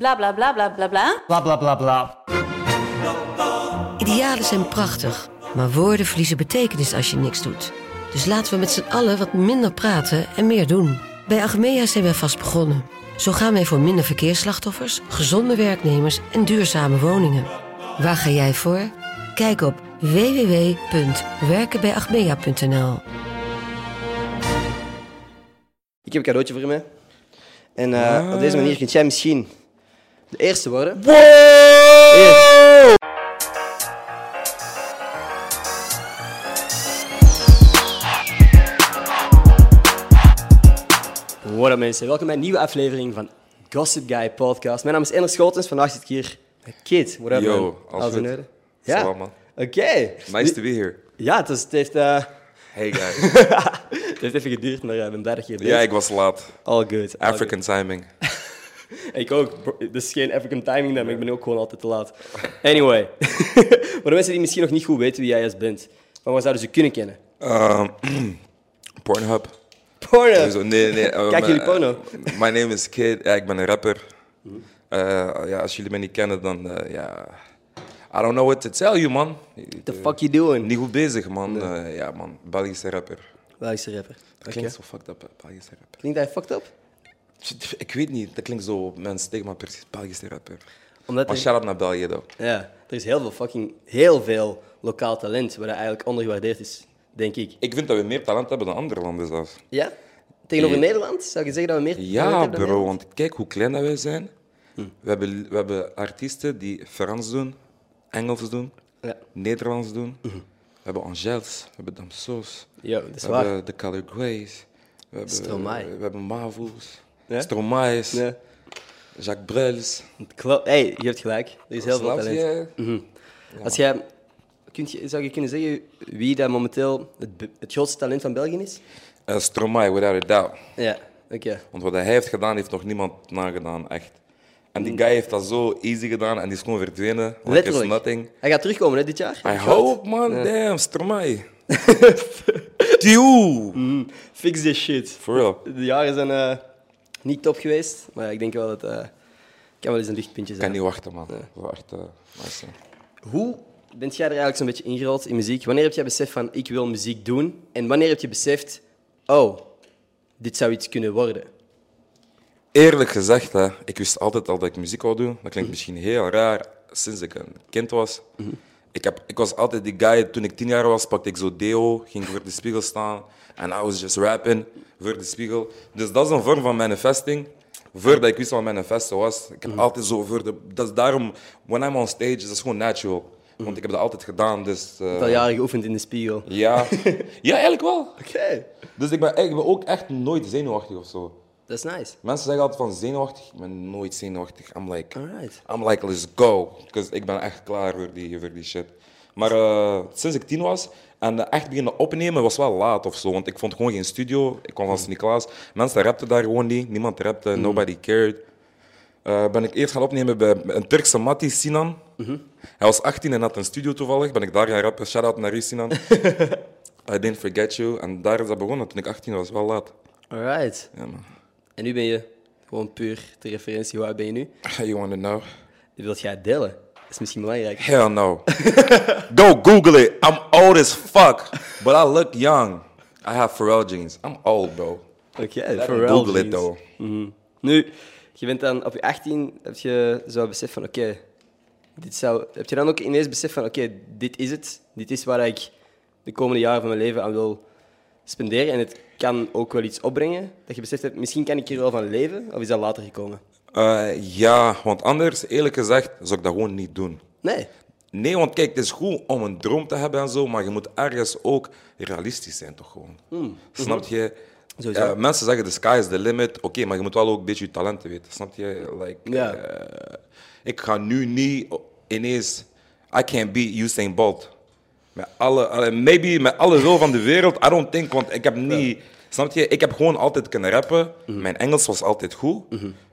Bla bla bla bla bla bla. Bla bla bla bla. Idealen zijn prachtig, maar woorden verliezen betekenis als je niks doet. Dus laten we met z'n allen wat minder praten en meer doen. Bij Agmea zijn wij vast begonnen. Zo gaan wij voor minder verkeersslachtoffers, gezonde werknemers en duurzame woningen. Waar ga jij voor? Kijk op www.werkenbijagmea.nl. Ik heb een cadeautje voor me. En eh, op deze manier kunt jij misschien de eerste worden. Hier. What up mensen, welkom bij een nieuwe aflevering van Gossip Guy Podcast. Mijn naam is Ender Schotens, vandaag zit ik hier met Kid. What up Yo, man? alles Als we goed? nodig. Ja, Salam, man. oké. Nice to be here. Ja, het, is, het, heeft, eh, Hey guys. het heeft even geduurd, maar eh, ik ben blij dat je er bent. ja, ik was laat. All good. all African timing. Ik ook. bro. Dit is geen African timing dan, maar ik ben ook gewoon altijd te laat. Anyway. voor de mensen die misschien nog niet goed weten wie jij eens bent, van waar zouden ze kunnen kennen? Ehm, Pornhub. Porno. Zo, nee, nee. eh, Kijk jullie eh, porno? Mhm. my name is Kid. Ja, ik ben een rapper. Eh, ja, als jullie mij niet kennen, dan... eh, ja, I don't know what to tell you, man. The fuck you doing? Niet goed bezig, man. Eh, ja, man. Belgische rapper. Belgische rapper. Dat klinkt zo fucked up, hè, Belgische rapper. Klinkt dat fucked up? Ik weet niet. Dat klinkt zo... Mijn stigma precies. Belgische rapper. Omdat Maar er- shout-out naar België, though. Ja, er is heel veel fucking, heel veel lokaal talent, waar dat eigenlijk ondergewaardeerd is, denk ik. Ik vind dat we meer talent hebben dan andere landen zelfs. Ja? Tegenover Nederland? Zou je zeggen dat we meer talent Ja, hebben dan bro, Nederland? want kijk hoe klein dat wij zijn. Hm. We, hebben, we hebben artiesten die Frans doen, Engels doen, Ja. Nederlands doen. We hebben Angels, we hebben Damsos, Yo, dat is we waar. hebben de Color Greys, we hebben, Stromae. we hebben Mavels, Ja? Stromae's, Ja, Jacques Brels. het klopt. Hey, je hebt gelijk. Er is heel veel Snap talent. Mhm. je? Als jij, kunt je, zou je kunnen zeggen wie dat momenteel het, be- het grootste talent van België is? Eh, Stromae, without a doubt. Ja, oké. Want wat hij heeft gedaan, heeft nog niemand nagedaan, echt. En die guy heeft dat zo easy gedaan en die is gewoon verdwenen. Like it's Mhm. Letterlijk. nothing. Hij gaat terugkomen hè, dit jaar. I Ik geloof het. hope, man. Damn, Stromae. Dude. Fix this shit. For real. De jaren zijn eh, niet top geweest, maar ik denk wel dat eh kan wel eens een lichtpuntje Ik kan zijn. niet wachten, man. Wacht, eh, nice. Hoe bent jij er eigenlijk zo'n beetje ingerold in muziek? Wanneer heb jij beseft van ik wil muziek doen? En wanneer heb je beseft, oh, dit zou iets kunnen worden? Eerlijk gezegd, hè, ik wist altijd al dat ik muziek wou doen. Dat klinkt misschien heel raar sinds ik een kind was. Ik, heb, ik was altijd die guy, toen ik tien jaar was, pakte ik zo deo, ging ik voor de spiegel staan. En I was just rapping voor de spiegel. Dus dat is een vorm van manifesting. Voordat ik wist wat manifesten was, ik heb altijd zo voor de... Dat is daarom, when I'm on stage, dat is gewoon natural. Want ik heb dat altijd gedaan, dus... eh, Al jaren geoefend in de spiegel. Oké. ja. ja, eigenlijk wel. Dus ik ben, ik ben ook echt nooit zenuwachtig of zo. Dat is nice. Mensen zeggen altijd van zenuwachtig, ik ben nooit zenuwachtig. I'm like, Alright. I'm like let's go. Because ik ben echt klaar voor die, voor die shit. Maar eh, sinds ik tien was en eh, echt beginnen opnemen was wel laat of zo. Want ik vond gewoon geen studio. Ik kwam van Sint-Niklaas. Mensen rapten daar gewoon niet. Niemand rapte, nobody cared. Eh, ben ik eerst gaan opnemen bij een Turkse Matti, Sinan. Hij was 18 en had een studio toevallig. Ben ik daar gaan rappen. Shout-out naar u, Sinan. I didn't forget you. En daar is dat begonnen toen ik 18 was. Wel laat. Alright. Ja, man. En nu ben je gewoon puur de referentie. Hoe oud ben je nu? You wanna know? Wilt jij het delen? Dat is misschien belangrijk. Hell no. Go Google it. I'm old as fuck, but I look young. I have Pharrell jeans. I'm old, bro. Oké, Let Pharrell them Google jeans. it, though. Nu, je bent dan op je 18, heb je zo besef van oké, dit zou... Heb je dan ook ineens besef van oké, dit is het. Dit is waar ik de komende jaren van mijn leven aan wil spenderen. En het kan ook wel iets opbrengen. Dat je beseft hebt, misschien kan ik hier wel van leven. Of is dat later gekomen? Eh, ja, want anders, eerlijk gezegd, zou ik dat gewoon niet doen. Nee. Nee, want kijk, het is goed om een droom te hebben en zo, maar je moet ergens ook realistisch zijn, toch gewoon. Snap je? Hmm, mhm. Sowieso. Eh, mensen zeggen de sky is the limit. Oké, maar je moet wel ook een beetje je talenten weten. Snap je? Like, Ja. eh, ik ga nu niet o- ineens. I can't beat Usain Bolt. Met alle, alle- maybe met alle wil van de wereld. I don't think, want ik heb niet. Snap je? Ik heb gewoon altijd kunnen rappen. Mhm. Mijn Engels was altijd goed.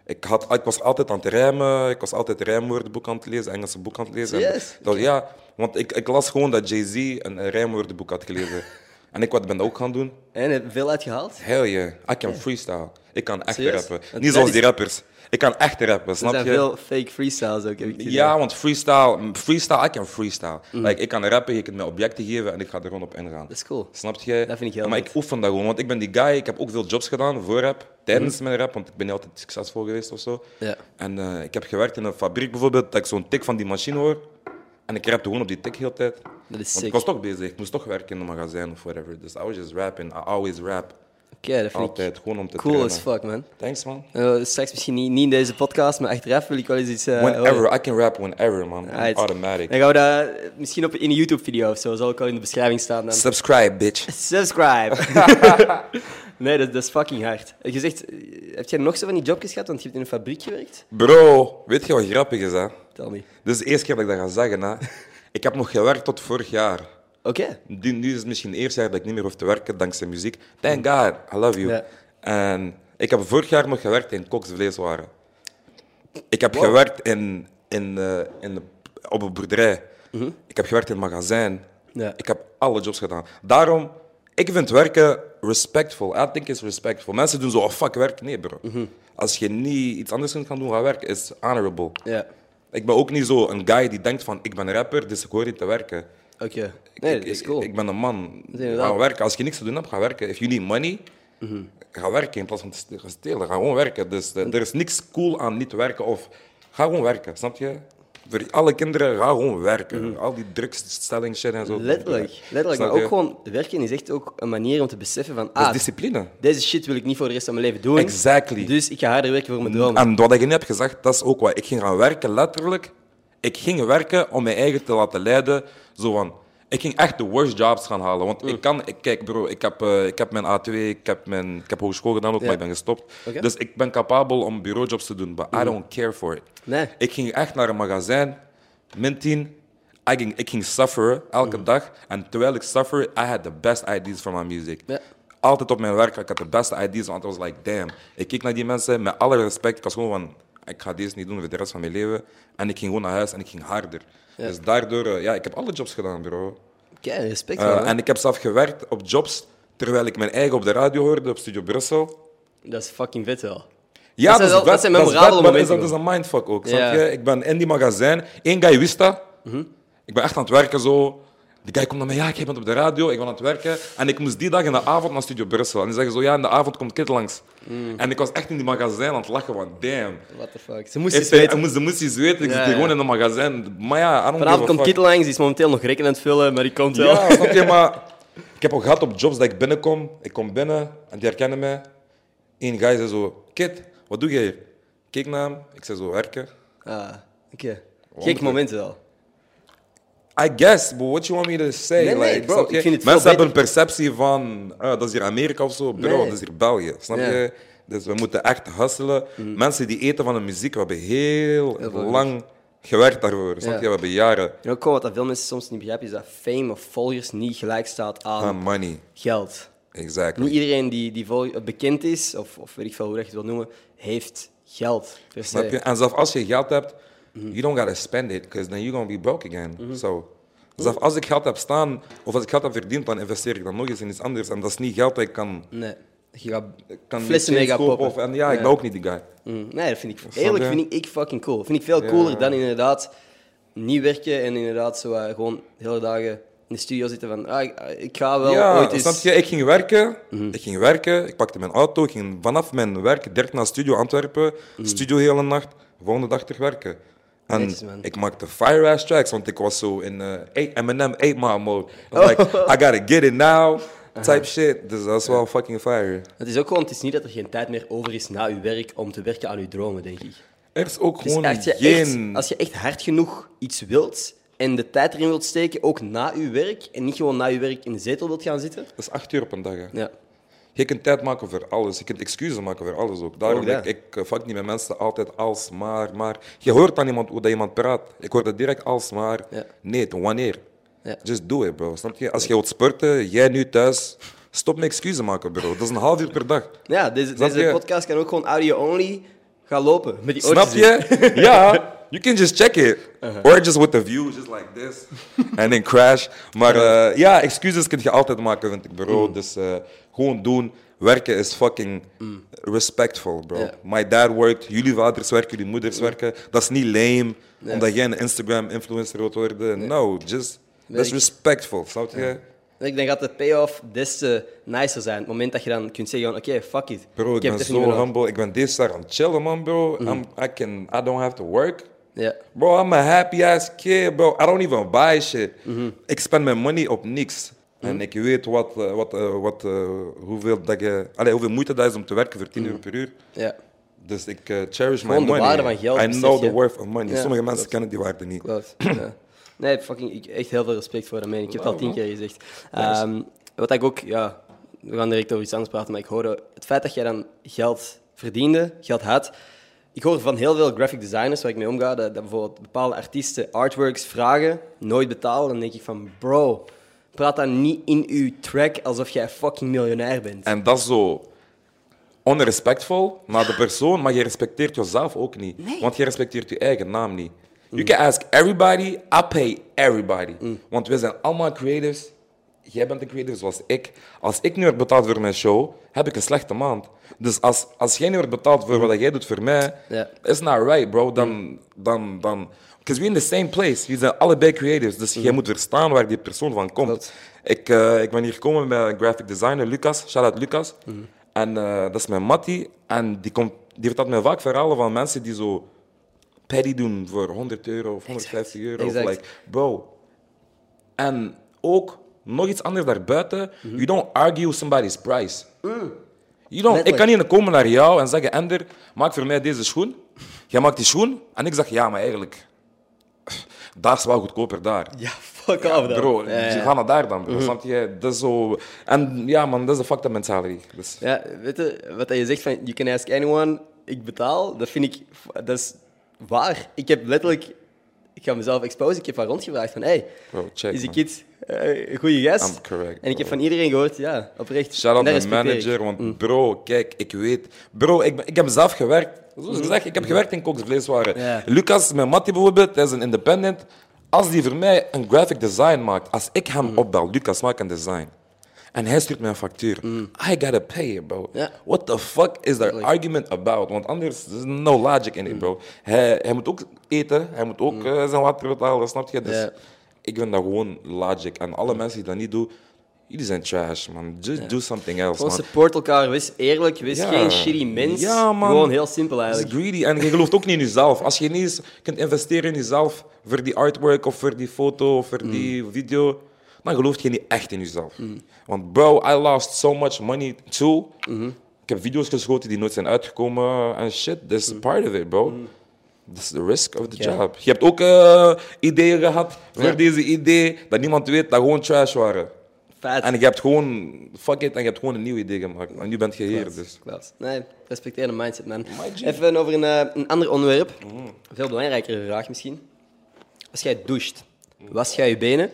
Ik, had, ik was altijd aan het rijmen. Ik was altijd rijmwoordenboek aan het lezen, Engelse boek aan het lezen. En Yes. dat- ja, want ik, ik las gewoon dat Jay-Z een, een rijmwoordenboek had gelezen. en ik wat ben dat ook gaan doen. En heb je veel uitgehaald? Hell yeah, I can freestyle. Ik kan echt Serieus? rappen. Dat- Niet dat zoals is- die rappers. Ik kan echt rappen, Er snap zijn je? veel fake freestyles ook, heb ik het idee. Ja, want freestyle, freestyle, ik kan freestyle. Like, ik kan rappen, je kunt me objecten geven en ik ga er gewoon op ingaan. Dat is cool. Snap je? Dat vind ik heel Maar vet. ik oefen dat gewoon, want ik ben die guy, ik heb ook veel jobs gedaan voor rap, tijdens mijn rap, want ik ben niet altijd succesvol geweest of zo. Mm-hmm. Ja. En eh, ik heb gewerkt in een fabriek bijvoorbeeld, dat ik zo'n tik van die machine hoor. En ik rapte gewoon op die tik heel de tijd. Dat is Want sick. ik was toch bezig, ik moest toch werken in een magazijn of whatever. Dus I was just rapping, I always rap. Oké, dat vind Altijd, gewoon om te ik cool as trainen. fuck, man. Thanks man. Eh, straks misschien niet, niet in deze podcast, maar echt rap wil ik wel eens iets... eh, horen. Whenever, I can rap whenever man. Alright. Automatic. Dan gaan we dat eh, misschien op, in een YouTube-video of zo. Zal ook al in de beschrijving staan. Dan. Subscribe bitch. Subscribe! nee, dat, dat is fucking hard. Eh, Je zegt, eh, heb jij nog zo van die jobjes gehad? Want je hebt in een fabriek gewerkt? Bro, weet je wat grappig is, hè? Tel me. Dit is de eerste keer dat ik dat ga zeggen, hè? Ik heb nog gewerkt tot vorig jaar. Oké. Nu, nu is het misschien het eerste jaar dat ik niet meer hoef te werken dankzij muziek. Thank God, I love you. Ja. En ik heb vorig jaar nog gewerkt in koksvleeswaren. Ik heb gewerkt in, in, eh, in, de- op een boerderij. Ik heb gewerkt in een magazijn. Mhm. Ja. Ik heb alle jobs gedaan. Daarom, ik vind werken respectful. I think it's respectful. Mensen doen zo, oh fuck, werk. Nee, bro. Mhm. Als je niet iets anders kunt gaan doen, ga werken. is honorable. Ja. Ik ben ook niet zo een guy die denkt van, ik ben rapper, dus ik hoor niet te werken. Oké. Nee, Ik- dat is ik- cool. Ik, ben een man. inderdaad- Mhm. Ga werken. Als je niks te doen hebt, ga werken. If you need money, ga werken in plaats van te ste- gaan stelen. Ga gewoon werken. Dus eh, er is niks cool aan niet werken. Of ga gewoon werken, snap je? Voor alle kinderen, ga gewoon werken. Al die drugsstelling shit en zo. Mhm. Letterlijk, letterlijk. Snap Maar ook je? gewoon, werken is echt ook een manier om te beseffen van... Dat is Ah, discipline. deze shit wil ik niet voor de rest van mijn leven doen. Exactly. Dus ik ga harder werken voor mijn droom. En wat ik net heb gezegd, dat is ook wat. Ik ging gaan werken, letterlijk. Ik ging werken om mijn eigen te laten leiden. Zo van, ik ging echt de worst jobs gaan halen. Want ik kan, ik, kijk bro, ik heb, eh, ik heb mijn A2, ik heb, mijn, ik heb hogeschool gedaan ook, maar ik ben gestopt. Oké. Dus ik ben capabel om bureaujobs te doen, but I don't care for it. Nee. Ik ging echt naar een magazijn, min 10. I ging, ik ging sufferen elke Mm. dag. En terwijl ik sufferde, I had the best ideas for my music. Ja. Altijd op mijn werk, ik had de beste ideas. Want I was like, damn. Ik keek naar die mensen met alle respect. Ik was gewoon van, ik ga deze niet doen voor de rest van mijn leven. En ik ging gewoon naar huis en ik ging harder. Dus daardoor, eh, ja, ik heb alle jobs gedaan, bro. Oké, respect. Eh, man. en ik heb zelf gewerkt op jobs, terwijl ik mijn eigen op de radio hoorde, op Studio Brussel. Dat is fucking vet wel. Ja, Dat zijn wel- vet, dat zijn is memorabele vet, maar momenten is Dat is een mindfuck ook, snap Ja. Mhm. je? Ik ben in die magazijn. Eén guy wist dat. Ik ben echt aan het werken zo. Die guy komt naar mij, ja, ik bent op de radio, ik ben aan het werken. En ik moest die dag in de avond naar Studio Brussel. En die zeggen zo, ja, in de avond komt Kit langs. En ik was echt in die magazijn aan het lachen, van damn. What the fuck. Ze Mhm. moest Ik iets zei, ik weten. moest, moest eens weten, ik Ja, zit hier ja. gewoon in een magazijn. Maar ja, I don't Vanavond give a komt fuck. Kit langs, die is momenteel nog rekening aan het vullen, maar die komt wel. Ja, snap je? Maar ik heb al gehad op jobs dat ik binnenkom. Ik kom binnen en die herkennen mij. Eén guy zei zo, Kit, wat doe jij hier? Ik Keek naar hem, ik zei zo, werken. Ah, oké. Gek Wonderlijk. moment wel. I guess, but what you want me to say? Nee, nee, like, bro, snap je? ik vind het Mensen veel hebben een perceptie van, ah, dat is hier Amerika of zo. Bro, Nee. dat is hier België, snap Ja. Mhm. je? Dus we moeten echt hustelen. Mensen die eten van de muziek, we hebben heel veel lang gewerkt daarvoor. Snap Ja. je? We hebben jaren En ook gewoon wat dat veel mensen soms niet begrijpen, is dat fame of volgers niet gelijk staat aan aan money. geld. Exactly. Niet iedereen die, die vol- bekend is, of, of weet ik veel hoe dat je het wil noemen, heeft geld. per se. Snap je? En zelfs als je geld hebt, you don't gotta spend it, because then you're gonna be broke again. So, zelfs als ik geld heb staan, of als ik geld heb verdiend, dan investeer ik dan nog eens in iets anders. En dat is niet geld dat ik kan, Nee. Je gaat kan flessen niet mee gaan kopen poppen. Of, en ja, ik ben ook niet die guy. Mm, Nee, dat vind ik... je? Eerlijk vind ik, ik fucking cool. vind ik veel cooler dan inderdaad niet werken en inderdaad zo eh, gewoon hele dagen in de studio zitten van ah, ik, ik ga wel ja, ooit eens... Mhm. snap je? Ik ging werken, ik ging werken, ik pakte mijn auto, ik ging vanaf mijn werk direct naar studio Antwerpen, Mhm. studio hele nacht, volgende dag terug werken. En Netjes, man. ik maakte fire-ass tracks, want ik was zo in eh, eight- Eminem 8 mile mode. I was like, I gotta get it now, Uh-huh. type shit. Dus dat is wel fucking fire. Het is ook gewoon, het is niet dat er geen tijd meer over is na je werk om te werken aan je dromen, denk ik. Er is ook Het is gewoon echt, je geen... echt, als je echt hard genoeg iets wilt en de tijd erin wilt steken, ook na je werk, en niet gewoon na je werk in de zetel wilt gaan zitten. Dat is acht uur op een dag. Hè. Ja, Je kunt tijd maken voor alles. Je kunt excuses maken voor alles ook. Daarom Ook ik, dat. ik eh, fuck niet met mensen altijd als, maar, maar. Je hoort aan iemand hoe dat iemand praat. Ik hoor dat direct als, maar. Ja. Nee, tot wanneer? Ja. Just do it, bro. Snap je? Als je wilt sporten, jij nu thuis, stop met excuses maken, bro. Dat is een half uur per dag. ja deze, Snap deze je? podcast kan ook gewoon audio-only gaan lopen. Met die Snap oortjes in. je? ja. You can just check it. Uh-huh. Or just with the view, just like this. En Uh-huh. Mm. then crash. Maar eh, ja, excuses kun je altijd maken, vind ik, bro. Dus eh, gewoon doen. Werken is fucking respectful, bro. Mm. Ja. Mm. My dad worked, jullie vaders werken, jullie moeders werken. Dat is niet lame, omdat jij een Instagram-influencer wilt worden. No, just... Dat is ik- respectful, snap je? En ik denk dat de payoff des te nicer zijn. Het moment dat je dan kunt zeggen: van, oké, fuck it. Bro, ik heb ben het er niet Mm. meer zo nodig. humble. Ik ben deze jaar aan het chillen, man, bro. I'm, I, can, I don't have to work. Ja. Bro, I'm a happy ass kid, bro. I don't even buy shit. Mm-hmm. Ik spend mijn money op niks. En ik weet wat, eh, wat, eh, wat, eh, hoeveel, dat je, allee, hoeveel moeite dat is om te werken voor 10 euro per uur. ja. Dus ik eh, cherish my Mm-hmm. Gewoon de money. waarde van geld, I besef know the je. worth of money. Ja, Sommige mensen klopt. kennen die waarde niet. Klopt. ja. Nee, fucking, ik echt heel veel respect voor dat meen. Ik Ik heb het al tien keer gezegd. Ehm, wat ik ook, ja, we gaan direct over iets anders praten, maar ik hoorde het feit dat jij dan geld verdiende, geld had. Ik hoor van heel veel graphic designers waar ik mee omga, dat, dat bijvoorbeeld bepaalde artiesten artworks vragen, nooit betalen. Dan denk ik van, bro, praat dan niet in uw track alsof jij fucking miljonair bent. En dat is zo onrespectvol naar de persoon, maar je respecteert jezelf ook niet. Want je respecteert je eigen naam niet. Mm. You can ask everybody, I pay everybody. Want we zijn allemaal creators. Jij bent een creator zoals ik. Als ik nu word betaald voor mijn show, heb ik een slechte maand. Dus als, als jij nu wordt betaald voor wat jij doet voor mij, Mm. Ja. it's not right, bro. Dan, dan, dan. Because we're in the same place. We zijn allebei creators. Dus jij moet verstaan waar die persoon van komt. Ik, eh, ik ben hier gekomen met een graphic designer, Lucas. Shout out Lucas. En eh, dat is mijn mattie. En die, komt, die vertelt mij vaak verhalen van mensen die zo paddy doen voor 100 euro of 150 euro. Exact. Of like, bro. En ook nog iets anders daarbuiten. You don't argue somebody's price. You don't, ik Letterlijk. kan niet komen naar jou en zeggen, Ender, maak voor mij deze schoen. Jij maakt die schoen. En ik zeg, ja, maar eigenlijk... Daar is wel goedkoper daar. Ja, fuck off dan. Bro, Ja, Mhm. ja. je gaat naar daar dan, bro. Snap je? Dat is zo... En ja, man, dat is de fucked up mentality. Dus, Ja, weet je, wat je zegt van you can ask anyone, ik betaal, dat vind ik, dat is waar. Ik heb letterlijk, ik ga mezelf exposen, ik heb van rondgevraagd van, hey, Bro, check, is die man. kid eh, een goede gast? I'm correct, En ik heb bro. van iedereen gehoord, ja, oprecht. Shout En out dat Mm. mijn respecteer ik. manager, want bro, kijk, ik weet. Bro, ik, ben- ik heb zelf gewerkt. Zoals gezegd, ik heb gewerkt in koksvleeswaren. Mm. Ja. Lucas, mijn mattie bijvoorbeeld, hij is een independent. Als die voor mij een graphic design maakt, als ik hem Mm. opbel, Lucas, maak een design. En hij stuurt mij een factuur. I gotta pay it, bro. Mm. Ja. What the fuck is that argument about? Want anders is no logic Mm. in it, bro. Hij, hij moet ook eten, hij moet ook eh, zijn water betalen, snap je? Dus Ja. ik vind dat gewoon logic. En alle mensen die dat niet doen, jullie zijn trash, man. Just do something else, Gewoon man. support elkaar, wees eerlijk, wees Ja. geen shitty mens. Ja, man. Gewoon heel simpel Dat is eigenlijk. greedy. En je gelooft ook niet in jezelf. Als je niet eens kunt investeren in jezelf voor die artwork of voor die foto of voor die Mm. video, dan geloof je niet echt in jezelf. Want bro, I lost so much money too. Mm-hmm. Ik heb video's geschoten die nooit zijn uitgekomen en shit. That's part of it, bro. That's the risk of the Mm. Ja. job. Je hebt ook eh, ideeën gehad voor Ja. deze idee dat niemand weet dat gewoon trash waren. Feit. En je hebt gewoon, fuck it, en je hebt gewoon een nieuw idee gemaakt. En nu bent je hier, dus. Klopt. Nee, respecteer de mindset, man. Even over een, eh, een ander onderwerp. Veel belangrijkere vraag misschien. Als jij doucht, was jij je benen?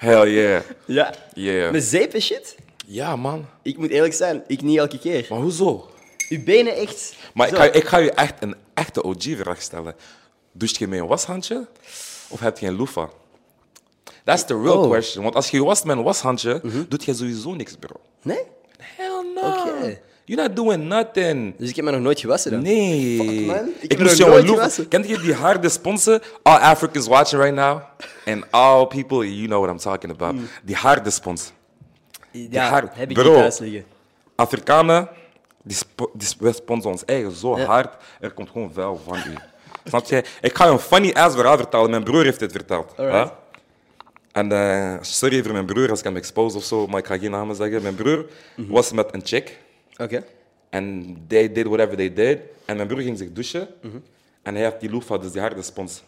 Hell yeah. Ja. Yeah. Met zeep en shit? Ja, man. Ik moet eerlijk zijn, ik niet elke keer. Maar hoezo? Uw benen echt. Maar ik zo. ga, ik ga je echt een echte OG-vraag stellen. Doucht je met een washandje of heb je een loofah? That's the real Oh. question. Want als je wast met een washandje, doet je sowieso niks, bro. Nee? Mhm. Hell no. Oké. You're not doing nothing. Dus ik heb me nog nooit gewassen dan? Nee. man. Ik heb Ik nog moest jou nooit een loofah... gewassen. Kent je die harde sponsor? All Africans watching right now. And all people, you know what I'm talking about. Die harde sponsor. Ja, haar- heb ik Bro. niet thuis liggen. Afrikanen, die, spo- die, wij sponsoren ons eigen zo Ja. hard, er komt gewoon vuil van u. Snap je? Ik ga je een funny ass verhaal vertellen. Mijn broer heeft dit verteld. Alright. hè? En eh, sorry voor mijn broer als ik hem expose of zo, maar ik ga geen namen zeggen. Mijn broer Mhm. was met een chick Oké. en they did whatever they did. En mijn broer ging zich douchen en hij had die loofah, dus die harde spons.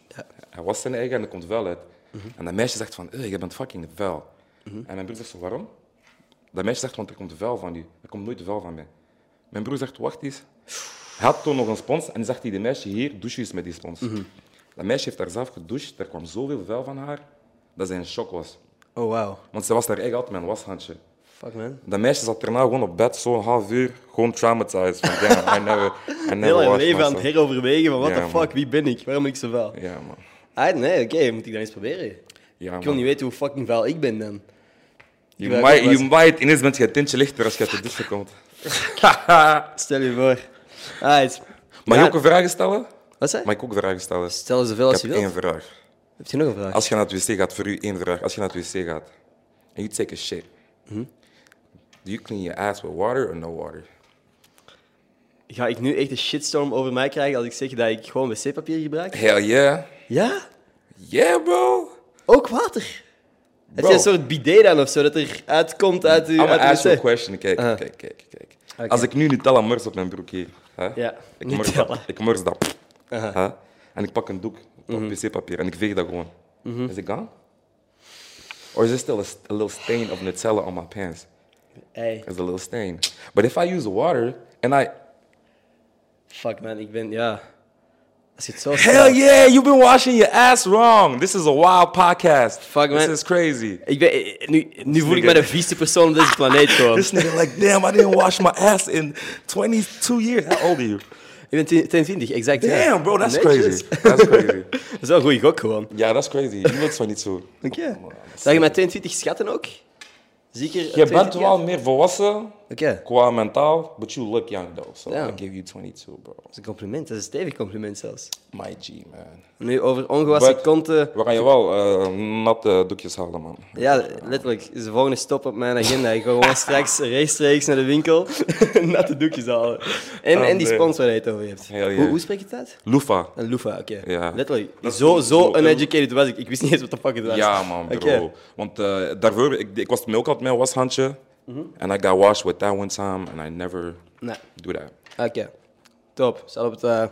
Hij was zijn eigen en er komt vuil uit. En dat meisje zegt van, "Eh, je bent fucking vuil. En mijn broer zegt zo, waarom? Dat meisje zegt, want er komt vuil van u. Er komt nooit vuil van mij. Mijn broer zegt, wacht eens. Hij had toen nog een spons en die zegt hij, de meisje hier, douche eens met die spons. Dat meisje heeft daar zelf gedoucht, er kwam zoveel vuil van haar, dat zij in shock was. Oh, wow. Want ze was daar eigenlijk altijd met een washandje. Fuck, man. Dat meisje zat daarna gewoon op bed, zo'n half uur, gewoon traumatized. Van, damn, I never, I never Heel mijn washed leven aan het myself." heroverwegen van what Ja, the fuck, man. wie ben ik? Waarom ben ik zo vuil? Ja, man. Ah, nee, oké, moet ik dan eens proberen. Ja, Ik wil man. niet weten hoe fucking vuil ik ben dan. You, Ja, might, dat was- you might. Ineens bent je een tintje lichter als je uit de douche komt. Stel je voor. Alright. Mag je Ja, ook een vraag stellen? Wat zei? Mag ik ook vragen stellen? Stel zoveel Ik als je heb wilt. één vraag. Heb je nog een vraag? Als je naar het wc gaat, voor u één vraag. Als je naar het wc gaat, and you take a shit, Hm? do you clean your ass with water or no water? Ga ik nu echt een shitstorm over mij krijgen als ik zeg dat ik gewoon wc-papier gebruik? Hell yeah. Ja? Yeah, bro. Ook water? Heb je een soort bidet dan of zo dat er uitkomt uit uw I'm gonna uit ask you uw a wc? question. Kijk, Ah. kijk, kijk, kijk. Oké. Als ik nu Nutella mors op mijn broek hier, hè? Ja, ik niet mors dat. tellen. Ik mors dat. hè? En ik pak een doek op Mhm. wc-papier en ik veeg dat gewoon. Is it gone? Or is there still a, st- a little stain of Nutella on my pants? Hey, There's a little stain. But if I use water and I fuck man, ik ben, ja... Als je het zo Hell stelt. yeah, you've been washing your ass wrong. This is a wild podcast. Fuck, This man. is crazy. Ik ben, eh, nu, nu voel ik nigga. me de vieste persoon op deze planeet gewoon. This nigga like, damn, I didn't wash my ass in 22 years. How old are you? Ik ben 10 22, exact. ja. Damn, bro, that's Netjes. crazy. That's crazy. Dat is wel een goede gok gewoon. Ja, that's crazy. Je wilt zo niet zo. Dank je. Zag je met 22 schatten ook? Zeker. Je bent wel meer volwassen Oké, dat qua mentaal, but you look young though. So Ja. I give you 22, bro. is een compliment. Dat is een stevig compliment zelfs. My G, man. Nu over ongewassen But- konten. We gaan je wel eh, natte doekjes halen, man. Ja, letterlijk. is de volgende stop op mijn agenda. Ik ga gewoon straks rechtstreeks naar de winkel. Natte doekjes halen. En, Oh, en die nee. sponsor waar je het over hebt. Hell yeah. Hoe, hoe spreek je het uit? Lufa. Een loefa, oké. Ja. Letterlijk. Dat is zo, zo zo- uneducated was ik. Ik wist niet eens wat de fuck het was. Ja, man, bro. Oké. Want eh, daarvoor, ik, ik was milk altijd mijn washandje. And I got washed with that one time, and I never Mhm. Nee. do that. Nou, Oké. Top. Staat op het eh,